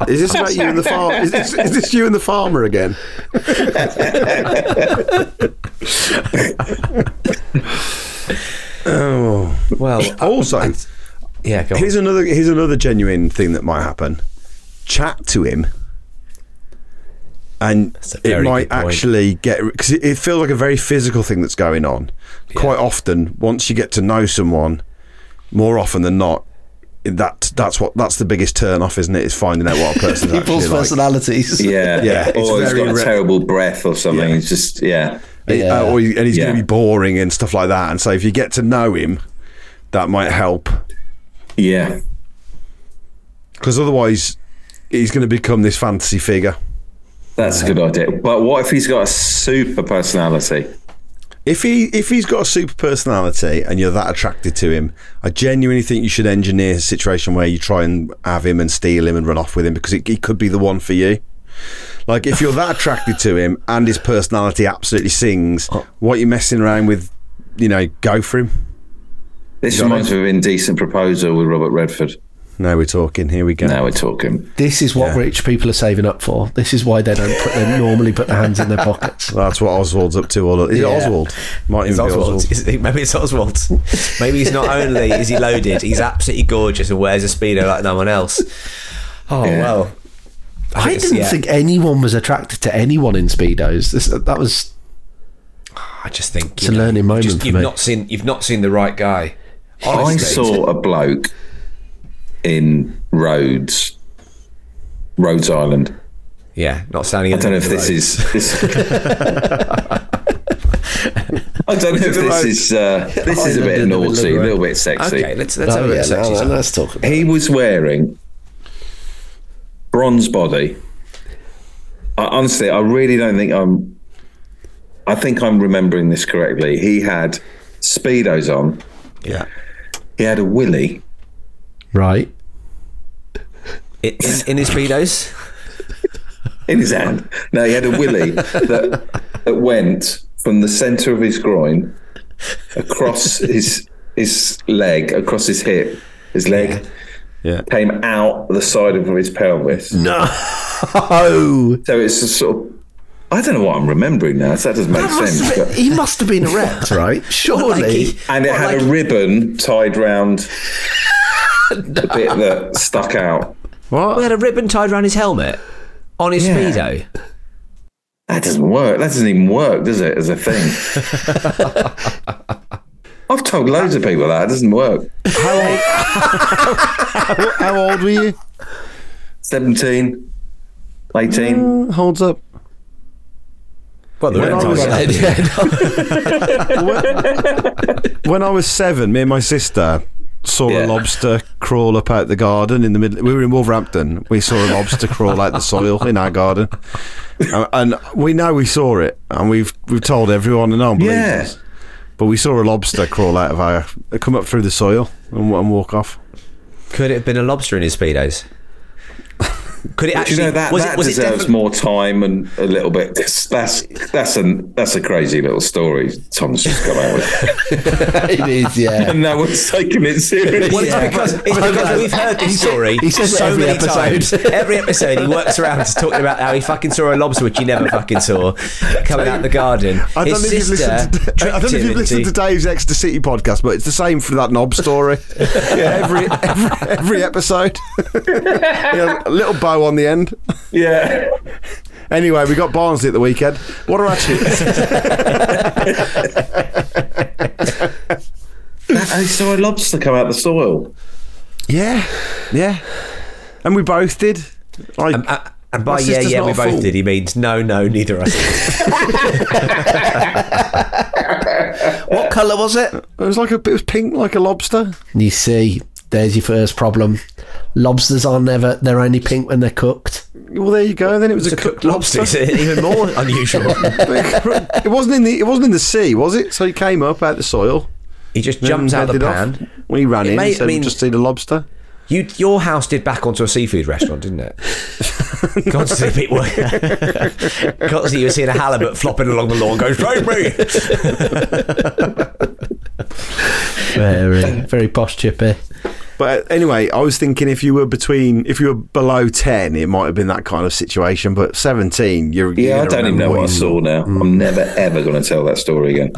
Speaker 2: Is this about you and the farm? Is this, is this you and the farmer again? oh.
Speaker 4: Well,
Speaker 2: Also,
Speaker 4: yeah. Go on.
Speaker 2: here's another here's another genuine thing that might happen. Chat to him, and
Speaker 4: a
Speaker 2: it
Speaker 4: very
Speaker 2: might
Speaker 4: good point.
Speaker 2: actually get because it, it feels like a very physical thing that's going on. Quite often, once you get to know someone, more often than not, that that's what that's the biggest turn off, isn't it? Is finding out what a person's
Speaker 3: People's
Speaker 2: actually like.
Speaker 3: personalities.
Speaker 6: Yeah,
Speaker 2: Yeah, it's
Speaker 6: Or he's
Speaker 2: very
Speaker 6: got a
Speaker 2: rare.
Speaker 6: terrible breath or something. It's just yeah.
Speaker 3: Yeah.
Speaker 2: Uh, or he- and he's going
Speaker 6: Yeah.
Speaker 2: to be boring and stuff like that. And so if you get to know him, that might help
Speaker 6: Yeah.
Speaker 2: because otherwise he's going to become this fantasy figure.
Speaker 6: That's a good idea. But what if he's got a super personality?
Speaker 2: If he if he's got a super personality and you're that attracted to him, I genuinely think you should engineer a situation where you try and have him and steal him and run off with him because it, he could be the one for you. Like if you're that attracted to him and his personality absolutely sings, what you messing around with? You know, go for him.
Speaker 6: This reminds me of Indecent Proposal with Robert Redford.
Speaker 2: Now we're talking. Here we go.
Speaker 6: Now we're talking.
Speaker 3: This is what rich people are saving up for. This is why they don't put their, normally put their hands in their pockets.
Speaker 2: That's what Oswald's up to. All is
Speaker 3: Yeah.
Speaker 2: it Oswald? Might
Speaker 4: It's
Speaker 2: even be
Speaker 4: Oswald.
Speaker 2: Oswald.
Speaker 4: Is it- Maybe it's Oswald. Maybe he's not only is he loaded, he's absolutely gorgeous and wears a speedo like no one else. Oh well.
Speaker 3: I
Speaker 4: guess,
Speaker 3: didn't
Speaker 4: yeah.
Speaker 3: think anyone was attracted to anyone in speedos. This, that was
Speaker 4: I just think
Speaker 3: It's a learning moment
Speaker 4: Just,
Speaker 3: for
Speaker 4: you've
Speaker 3: me.
Speaker 4: not seen you've not seen the right guy.
Speaker 6: Oh, I
Speaker 4: Honestly.
Speaker 6: saw a bloke in Rhodes, Rhodes Island.
Speaker 4: Yeah, not standing.
Speaker 6: I don't know if this is. This, I don't know if this is. Uh, this is a bit
Speaker 3: Island in
Speaker 6: naughty,
Speaker 3: the middle
Speaker 6: a
Speaker 3: of
Speaker 6: little bit sexy.
Speaker 4: Okay, let's let's have
Speaker 3: oh
Speaker 4: a look
Speaker 3: yeah,
Speaker 4: at sexy
Speaker 3: now-
Speaker 4: stuff.
Speaker 3: let's talk. About
Speaker 6: He was wearing bronze body. I, honestly, I really don't think I'm. I think I'm remembering this correctly. He had speedos on.
Speaker 2: Yeah.
Speaker 6: He had a willy.
Speaker 3: right.
Speaker 4: In, in, in his speedos.
Speaker 6: in his hand. No, he had a willy that, that went from the centre of his groin across his his leg, across his hip, his leg.
Speaker 2: Yeah.
Speaker 6: Came out the side of his pelvis.
Speaker 3: Oh,
Speaker 6: So it's a sort of. I don't know what I'm remembering now. So that doesn't make
Speaker 3: that must
Speaker 6: sense.
Speaker 3: have been-
Speaker 6: but-
Speaker 3: he must have been erect, right? Surely.
Speaker 6: and it had a ribbon tied round the bit that stuck out.
Speaker 4: We had a ribbon tied around his helmet on his
Speaker 6: Yeah.
Speaker 4: speedo.
Speaker 6: That doesn't work. That doesn't even work, does it, as a thing? I've told loads of people that. It doesn't work.
Speaker 2: How old were you?
Speaker 6: 17, 18.
Speaker 4: Uh,
Speaker 2: Holds up.
Speaker 4: Well, the
Speaker 2: When
Speaker 4: ribbon
Speaker 2: I was-
Speaker 4: tied.
Speaker 2: When I was seven, me and my sister saw a
Speaker 6: Yeah.
Speaker 2: lobster crawl up out the garden in the middle. We were in Wolverhampton. We saw a lobster crawl out the soil in our garden, and, and we know we saw it, and we've we've told everyone, and no one believes
Speaker 6: Yeah.
Speaker 2: us. But we saw a lobster crawl out of our, come up through the soil and, wa- and walk off.
Speaker 4: Could it have been a lobster in his speedos? Could it
Speaker 6: Do
Speaker 4: actually?
Speaker 6: you know that,
Speaker 4: was
Speaker 6: that
Speaker 4: it, was it
Speaker 6: deserves
Speaker 4: defi-
Speaker 6: more time and a little bit. 'cause That's that's a that's a crazy little story Tom's just come out with,
Speaker 3: it is, yeah.
Speaker 6: and no one's taking it seriously.
Speaker 4: Well, it's because, it's because we've heard this story
Speaker 3: he says it
Speaker 4: so
Speaker 3: every
Speaker 4: many
Speaker 3: episode.
Speaker 4: times. Every episode, he works around to talking about how he fucking saw a lobster, which he never fucking saw, coming out the garden.
Speaker 2: I don't,
Speaker 4: His
Speaker 2: know if you've
Speaker 4: sister
Speaker 2: listened to, I
Speaker 4: tricked
Speaker 2: don't know if
Speaker 4: him
Speaker 2: you've listened
Speaker 4: into-
Speaker 2: to Dave's Exeter City podcast, but it's the same for that knob story. every, every every episode, Yeah, a little bow on the end.
Speaker 6: Yeah,
Speaker 2: Anyway, we got Barnsley at the weekend. What are our tips?
Speaker 4: Uh,
Speaker 6: and he saw a lobster come out the soil.
Speaker 2: yeah, yeah, and we both did. Like,
Speaker 4: Uh, and by
Speaker 2: My
Speaker 4: yeah,
Speaker 2: sister's
Speaker 4: yeah,
Speaker 2: not
Speaker 4: we
Speaker 2: a
Speaker 4: both
Speaker 2: fool.
Speaker 4: did. He means no, no, neither of us.
Speaker 3: What colour was it?
Speaker 2: it was like a it was pink, like a lobster.
Speaker 3: You see, there's your first problem. Lobsters are never, they're only pink when they're cooked.
Speaker 2: Well, there you go. Then it was a, cooked lobster.
Speaker 4: It's even more unusual.
Speaker 2: it wasn't in the it wasn't in the sea, was it? So he came up out the soil,
Speaker 4: He just
Speaker 2: then
Speaker 4: jumps out of the
Speaker 2: headed off.
Speaker 4: pan.
Speaker 2: We ran
Speaker 4: It
Speaker 2: in.
Speaker 4: may-
Speaker 2: and said,
Speaker 4: I
Speaker 2: I
Speaker 4: mean-
Speaker 2: just seen a lobster.
Speaker 4: You, your house did back onto a seafood restaurant, didn't it? Constantly, people were- constantly you were seeing a halibut flopping along the lawn, going, "Save me!"
Speaker 3: Very, very posh chippy.
Speaker 2: But uh, anyway, I was thinking if you were between, if you were below ten, it might have been that kind of situation. But seventeen, you're you're
Speaker 6: Yeah,
Speaker 2: gonna
Speaker 6: I
Speaker 2: Mm.
Speaker 6: don't even know
Speaker 2: remember
Speaker 6: what I
Speaker 2: you-
Speaker 6: saw now. I'm never ever going to tell that story again.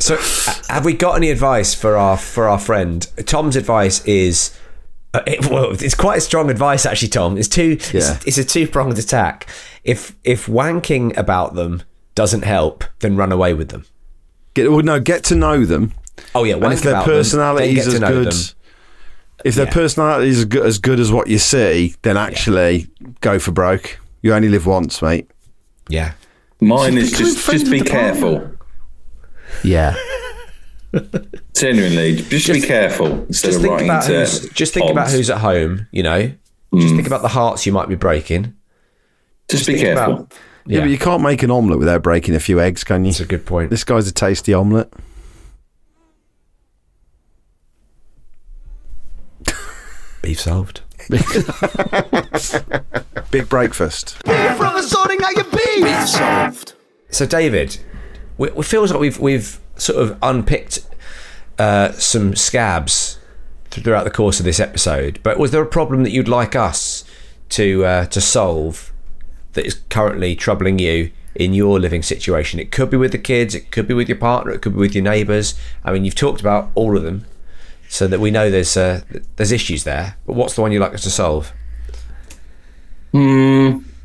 Speaker 4: So, uh, have we got any advice for our for our friend? Tom's advice is. Uh, it, well, it's quite strong advice, actually, Tom. It's two.
Speaker 2: Yeah.
Speaker 4: It's, it's a two pronged attack. If if wanking about them doesn't help, then run away with them.
Speaker 2: Get, well, no, get to know them.
Speaker 4: Oh yeah,
Speaker 2: and
Speaker 4: wank
Speaker 2: if their
Speaker 4: about them, then
Speaker 2: personality
Speaker 4: get
Speaker 2: is
Speaker 4: to
Speaker 2: as
Speaker 4: know
Speaker 2: good,
Speaker 4: them.
Speaker 2: if their
Speaker 4: Yeah.
Speaker 2: personality is as good, as good as what you see, then actually go for broke. You only live once, mate.
Speaker 4: yeah,
Speaker 6: Mine is
Speaker 3: becoming
Speaker 6: just
Speaker 3: friends
Speaker 6: just be
Speaker 3: with the partner.
Speaker 6: careful.
Speaker 3: Yeah.
Speaker 6: Genuinely, just, be careful instead
Speaker 4: just
Speaker 6: of
Speaker 4: think
Speaker 6: writing
Speaker 4: about
Speaker 6: to Mm.
Speaker 4: who's, just think about
Speaker 6: odds.
Speaker 4: who's at home. You know, just think about the hearts you might be breaking.
Speaker 6: Just, be
Speaker 4: think
Speaker 6: careful.
Speaker 4: about-
Speaker 2: Yeah,
Speaker 4: Yeah,
Speaker 2: but you can't make an omelette without breaking a few eggs, can you?
Speaker 4: that's a good point.
Speaker 2: This guy's a tasty omelette.
Speaker 4: Beef solved.
Speaker 2: Big breakfast.
Speaker 5: Beef from the sorting out your beef. Beef solved.
Speaker 4: So, David, we- it feels like we've we've sort of unpicked uh, some scabs throughout the course of this episode. But was there a problem that you'd like us to uh, to solve that is currently troubling you in your living situation? It could be with the kids, it could be with your partner, it could be with your neighbours. I mean, you've talked about all of them, so that we know there's uh, there's issues there. But what's the one you'd like us to solve?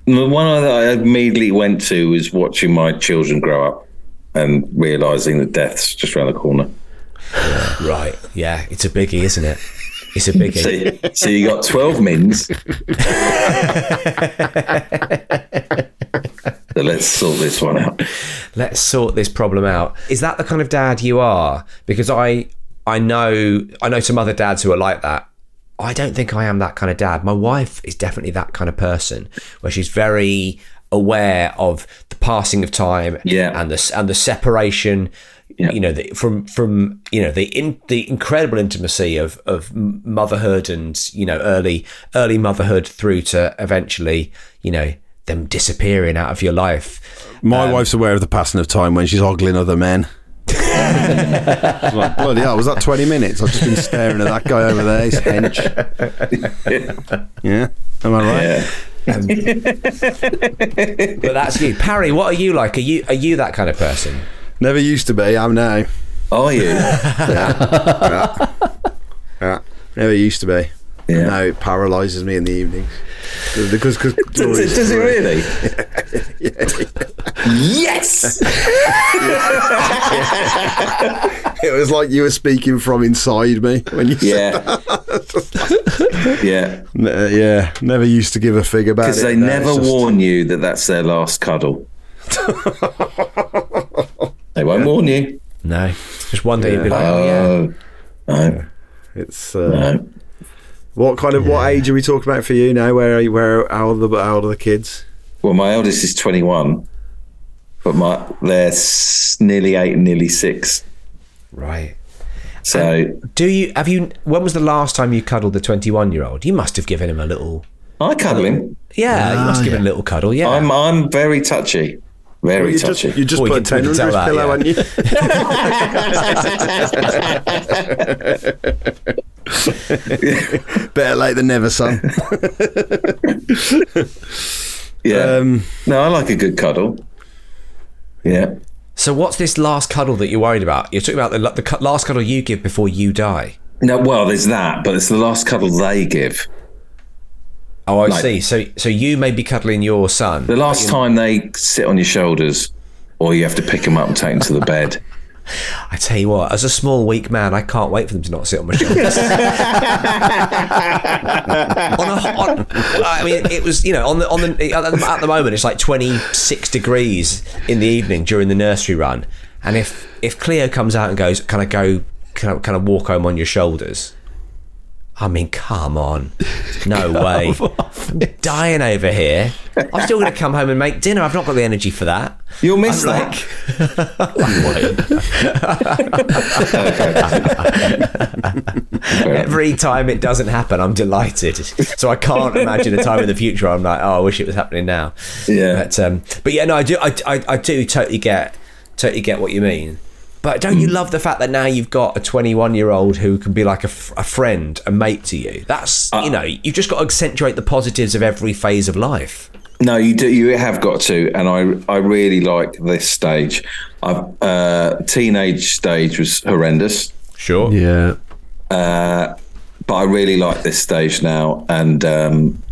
Speaker 6: The one that I immediately went to was watching my children grow up and realizing that death's just around the corner.
Speaker 4: Right. Yeah, it's a biggie, isn't it? It's a biggie.
Speaker 6: So, so you got 12 mins. so let's sort this one out.
Speaker 4: let's sort this problem out is that the kind of dad you are because i i know i know some other dads who are like that i don't think i am that kind of dad my wife is definitely that kind of person where she's very aware of the passing of time
Speaker 6: Yeah.
Speaker 4: and the and the separation you know the, from from you know the in, the incredible intimacy of of motherhood and you know early early motherhood through to eventually you know them disappearing out of your life
Speaker 2: My wife's aware of the passing of time when she's ogling other men. It's like, bloody hell, was that 20 minutes? I've just been staring at that guy over there, his hench. Yeah, am I right?
Speaker 6: Yeah.
Speaker 4: But that's you, Parry. What are you like? Are you are you that kind of person?
Speaker 2: Never used to be, I'm now.
Speaker 6: Are you?
Speaker 2: Yeah, never used to be.
Speaker 6: Yeah.
Speaker 2: Now it paralyses me in the evenings. Because, because
Speaker 6: Does it, does it really? yes!
Speaker 2: It was like you were speaking from inside me when you said
Speaker 6: Yeah. yeah.
Speaker 2: Uh, yeah, never used to give a fig about it.
Speaker 6: Because they
Speaker 2: No,
Speaker 6: never
Speaker 2: it's just-
Speaker 6: warn you that that's their last cuddle. they won't warn you.
Speaker 4: No, just one day you'd be like, oh, yeah.
Speaker 6: Oh, no,
Speaker 2: It's uh,
Speaker 6: no.
Speaker 2: what kind of what age are we talking about for you now? Where are you, where how old are the how old are the kids?
Speaker 6: Well, my eldest is 21, but my they're s- nearly eight and nearly six.
Speaker 4: right.
Speaker 6: So
Speaker 4: Do you have you? When was the last time you cuddled the twenty-one-year-old? You must have given him a little.
Speaker 6: I cuddle him.
Speaker 4: Yeah, you must give him a little cuddle. Yeah,
Speaker 6: I'm I'm very touchy, very
Speaker 2: You just
Speaker 6: touchy.
Speaker 2: you just
Speaker 4: Well,
Speaker 2: put
Speaker 4: you
Speaker 2: a
Speaker 4: can-
Speaker 2: ten
Speaker 4: we
Speaker 2: under
Speaker 4: can tell
Speaker 2: his
Speaker 4: that,
Speaker 2: pillow,
Speaker 4: yeah.
Speaker 2: and you better late than never, son.
Speaker 6: yeah.
Speaker 2: Um,
Speaker 6: no, I like a good cuddle. Yeah.
Speaker 4: So what's this last cuddle that you're worried about? You're talking about the, the cu- last cuddle you give before you die.
Speaker 6: No, well, there's that, but it's the last cuddle they give.
Speaker 4: Oh, I
Speaker 6: Like-
Speaker 4: see. So so you may be cuddling your son.
Speaker 6: The last time they sit on your shoulders, or you have to pick them up and take them to the bed.
Speaker 4: I tell you what, as a small weak man, I can't wait for them to not sit on my shoulders. on a, hot- on, I mean, it was you know on the on the at the moment it's like twenty six degrees in the evening during the nursery run, and if if Cleo comes out and goes, can I go? Can I, can I walk home on your shoulders? I mean, come on, no way, I'm dying over here. I'm still going to come home and make dinner. I've not got the energy for that.
Speaker 6: You'll miss
Speaker 4: I'm
Speaker 6: that.
Speaker 4: like- Every time it doesn't happen, I'm delighted. So I can't imagine a time in the future I'm like, oh, I wish it was happening now.
Speaker 6: Yeah.
Speaker 4: But um, but yeah, no, I do, I, I, I do totally get, totally get what you mean. But don't
Speaker 6: Mm.
Speaker 4: you love the fact that now you've got a 21 year old who can be like a, f- a friend, a mate to you? That's
Speaker 6: Uh.
Speaker 4: you know, you've just got to accentuate the positives of every phase of life.
Speaker 6: No, you do. You have got to, and I I really like this stage. I've uh, teenage stage was horrendous,
Speaker 4: Sure.
Speaker 3: Yeah.
Speaker 6: but I really like this stage now, and um,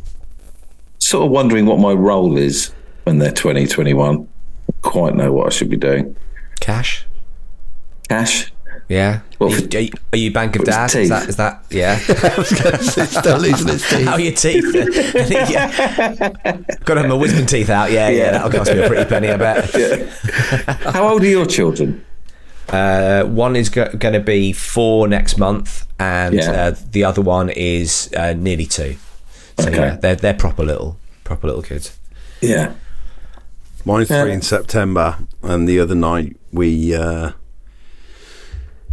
Speaker 6: sort of wondering what my role is when they're 20, 21. quite know what I should be doing.
Speaker 4: Cash?
Speaker 6: Cash?
Speaker 4: Yeah.
Speaker 6: Well,
Speaker 4: are, you, are you Bank of
Speaker 6: What was
Speaker 4: Dad?
Speaker 6: teeth?
Speaker 4: Is that, is that, yeah.
Speaker 3: it's still losing its teeth.
Speaker 4: How are your teeth? yeah. Got to have my wisdom teeth out. Yeah, yeah, That'll cost me a pretty penny, I bet.
Speaker 6: How old are your children?
Speaker 4: Uh, one is go- going to be four next month, and
Speaker 6: Yeah.
Speaker 4: uh, the other one is uh, nearly two. So
Speaker 6: Okay.
Speaker 4: yeah, they're they're proper little proper little kids.
Speaker 6: Yeah.
Speaker 2: Mine's three in September, and the other night we uh,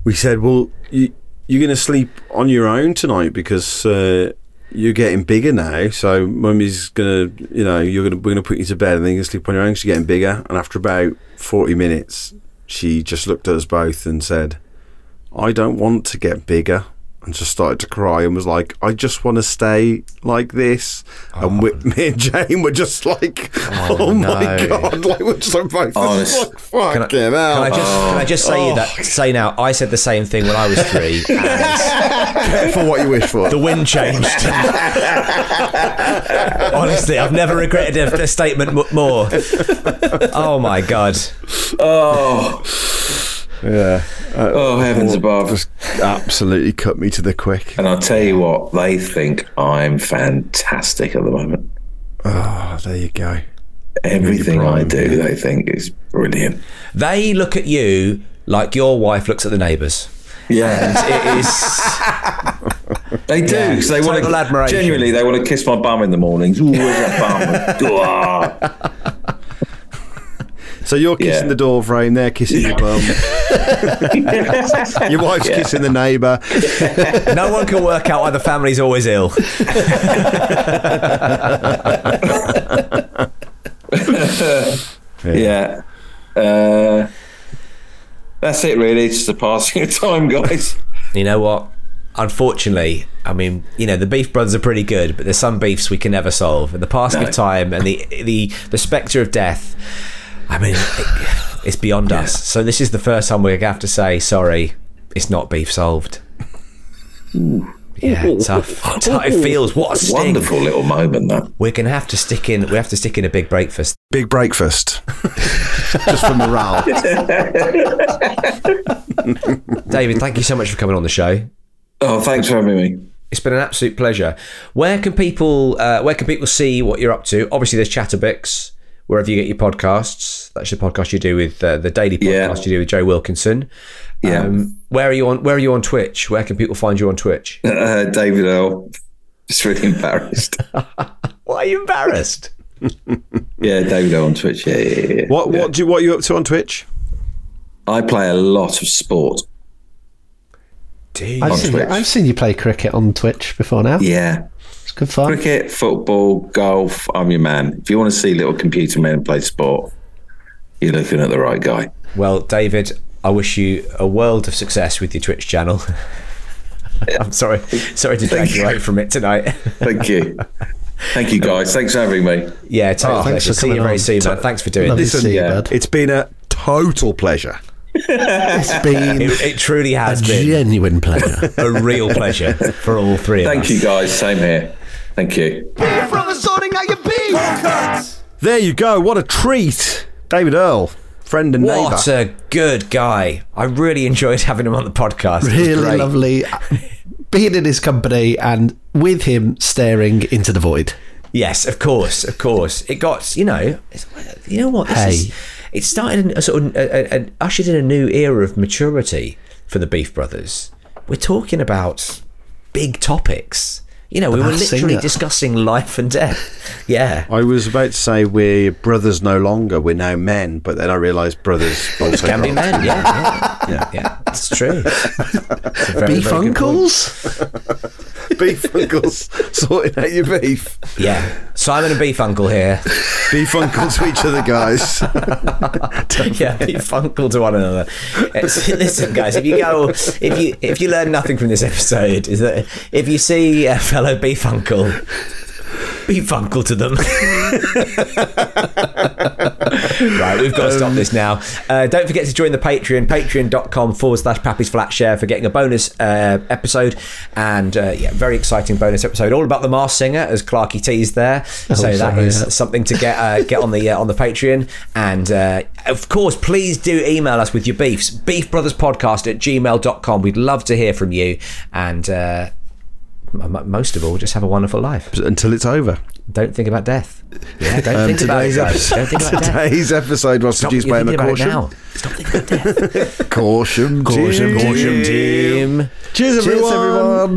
Speaker 2: we said, "Well, you, you're going to sleep on your own tonight because uh, you're getting bigger now. So mummy's going to, you know, you're going to we're going to put you to bed, and then you're going to sleep on your own. 'cause you're getting bigger." And after about forty minutes, she just looked at us both and said, "I don't want to get bigger." And just started to cry and was like, "I just want to stay like this." and we, me and Jane were just like, "Oh, my
Speaker 4: no.
Speaker 2: god!" Like we're just like both
Speaker 6: Honest-
Speaker 2: like, "Fucking
Speaker 4: can
Speaker 2: hell!"
Speaker 4: I just can I just
Speaker 6: Oh.
Speaker 4: say that say now? I said the same thing when I was three. and
Speaker 2: for what you wish for.
Speaker 4: the wind changed. Honestly, I've never regretted a, a statement m- more. Oh my god!
Speaker 6: Oh,
Speaker 2: yeah,
Speaker 6: oh, heavens above.
Speaker 2: just absolutely cut me to the quick.
Speaker 6: And I'll tell you what, they think I'm fantastic at the moment.
Speaker 2: Oh, there you go.
Speaker 6: Everything I
Speaker 2: prime,
Speaker 6: do, they think is brilliant.
Speaker 4: They look at you like your wife looks at the neighbours. It
Speaker 6: Yeah.
Speaker 4: is.
Speaker 6: They do.
Speaker 4: Yeah.
Speaker 6: 'cause they want
Speaker 4: Total
Speaker 6: to,
Speaker 4: admiration.
Speaker 6: Genuinely, they want to kiss my bum in the mornings. Ooh, where's that bum? Ah.
Speaker 2: So you're kissing
Speaker 6: Yeah.
Speaker 2: the door frame, they're kissing your bum. your wife's kissing the neighbour.
Speaker 4: No one can work out why the family's always ill.
Speaker 6: yeah. Uh, that's it, really. It's just a passing of time, guys.
Speaker 4: You know what? Unfortunately, I mean, you know, the beef brothers are pretty good, but there's some beefs we can never solve. And the passing
Speaker 6: No.
Speaker 4: of time and the the the spectre of death. I mean, it, it's beyond us. So this is the first time we're going to have to say sorry. It's not beef solved. Yeah, tough. tough. It feels what a sting.
Speaker 6: Wonderful little moment, that.
Speaker 4: We're going to have to stick in. We have to stick in a big breakfast.
Speaker 2: Big breakfast. just for morale.
Speaker 4: David, thank you so much for coming on the show.
Speaker 6: Oh, thanks for having me.
Speaker 4: It's been an absolute pleasure. Where can people uh, where can people see what you're up to? Obviously, there's Chatterbix wherever you get your podcasts. That's the podcast you do with uh, the daily podcast
Speaker 6: Yeah.
Speaker 4: you do with Joe Wilkinson. Um,
Speaker 6: Yeah.
Speaker 4: where are you on Where are you on Twitch? Where can people find you on Twitch?
Speaker 6: Uh, David Earl. Just really embarrassed.
Speaker 4: Why are you embarrassed?
Speaker 6: yeah, David Earl on Twitch. Yeah, yeah, yeah, yeah.
Speaker 2: What what do you, what are you up to on Twitch?
Speaker 6: I play a lot of sport.
Speaker 4: Dude,
Speaker 3: I've
Speaker 6: on
Speaker 3: seen,
Speaker 6: Twitch.
Speaker 3: I've seen you play cricket on Twitch before now.
Speaker 6: Yeah.
Speaker 3: It's good fun.
Speaker 6: Cricket, football, golf. I'm your man. If you want to see little computer men play sport, you're looking at the right guy.
Speaker 4: well, David, I wish you a world of success with your Twitch channel. I'm sorry, sorry to drag you away from it tonight.
Speaker 6: Thank you. Thank you, guys. Thanks for having me.
Speaker 4: yeah, total
Speaker 3: Oh, thanks
Speaker 4: pleasure.
Speaker 3: for
Speaker 4: See you
Speaker 3: coming
Speaker 4: very
Speaker 3: on.
Speaker 4: soon, man. Thanks for doing
Speaker 3: Lovely
Speaker 4: this.
Speaker 3: to see you,
Speaker 6: yeah.
Speaker 3: bud.
Speaker 2: It's been a total pleasure.
Speaker 3: It's been
Speaker 4: It, it truly
Speaker 3: a
Speaker 4: has been.
Speaker 3: genuine pleasure.
Speaker 4: a real pleasure for all three of
Speaker 6: Thank
Speaker 4: us.
Speaker 6: you, guys. Same here. Thank you.
Speaker 5: Beef from the sorting out your beef.
Speaker 2: There you go. What a treat. David Earl, friend and neighbour.
Speaker 4: What a good guy. I really enjoyed having him on the podcast. It was
Speaker 3: really
Speaker 4: great.
Speaker 3: lovely being in his company and with him staring into the void.
Speaker 4: Yes, of course, of course. It got, you know, it's, you know what? This
Speaker 3: Hey.
Speaker 4: is- it started a sort of a, a, a, ushered in a new era of maturity for the Beef Brothers. We're talking about big topics. You know, we were
Speaker 3: I've seen
Speaker 4: literally
Speaker 3: that.
Speaker 4: discussing life and death. Yeah.
Speaker 2: I was about to say we're brothers no longer. We're now men, but then I realised brothers also
Speaker 4: Can be
Speaker 2: brothers.
Speaker 4: men, yeah, yeah, yeah, yeah. It's true. It's a very, very
Speaker 3: Beef
Speaker 4: good point.
Speaker 3: uncles?
Speaker 2: beef uncles sorting out your beef.
Speaker 4: Yeah, Simon and Beef Uncle here.
Speaker 2: Beef uncles to each other, guys.
Speaker 4: yeah, be funkle to one another. It's- listen, guys, if you go, if you if you learn nothing from this episode, is that if you see a fellow beef uncle, be funkle to them. right, we've got to
Speaker 2: Um,
Speaker 4: stop this now. Uh, don't forget to join the Patreon, patreon.com forward slash Pappy's Flat Share for getting a bonus uh, episode. And uh, yeah, very exciting bonus episode all about the Mars Singer as Clarky T's there. so
Speaker 2: Oh,
Speaker 3: sorry,
Speaker 4: that is
Speaker 3: yeah.
Speaker 4: something to get uh, get on the uh, on the Patreon. And uh, of course, please do email us with your beefs. Beefbrotherspodcast at gmail.com. We'd love to hear from you. And uh, m- m- most of all, just have a wonderful life.
Speaker 2: until it's over.
Speaker 4: Don't think about death. Yeah, don't think about
Speaker 2: Um, today's
Speaker 4: it. guys.
Speaker 2: episode,
Speaker 4: Don't think about death.
Speaker 2: today's episode was
Speaker 4: Stop
Speaker 2: produced by
Speaker 4: you're
Speaker 2: Emma
Speaker 4: thinking
Speaker 2: Caution.
Speaker 4: about it now. Stop thinking about death.
Speaker 2: Caution,
Speaker 3: Caution,
Speaker 2: team.
Speaker 3: caution,
Speaker 4: team.
Speaker 2: Cheers, everyone.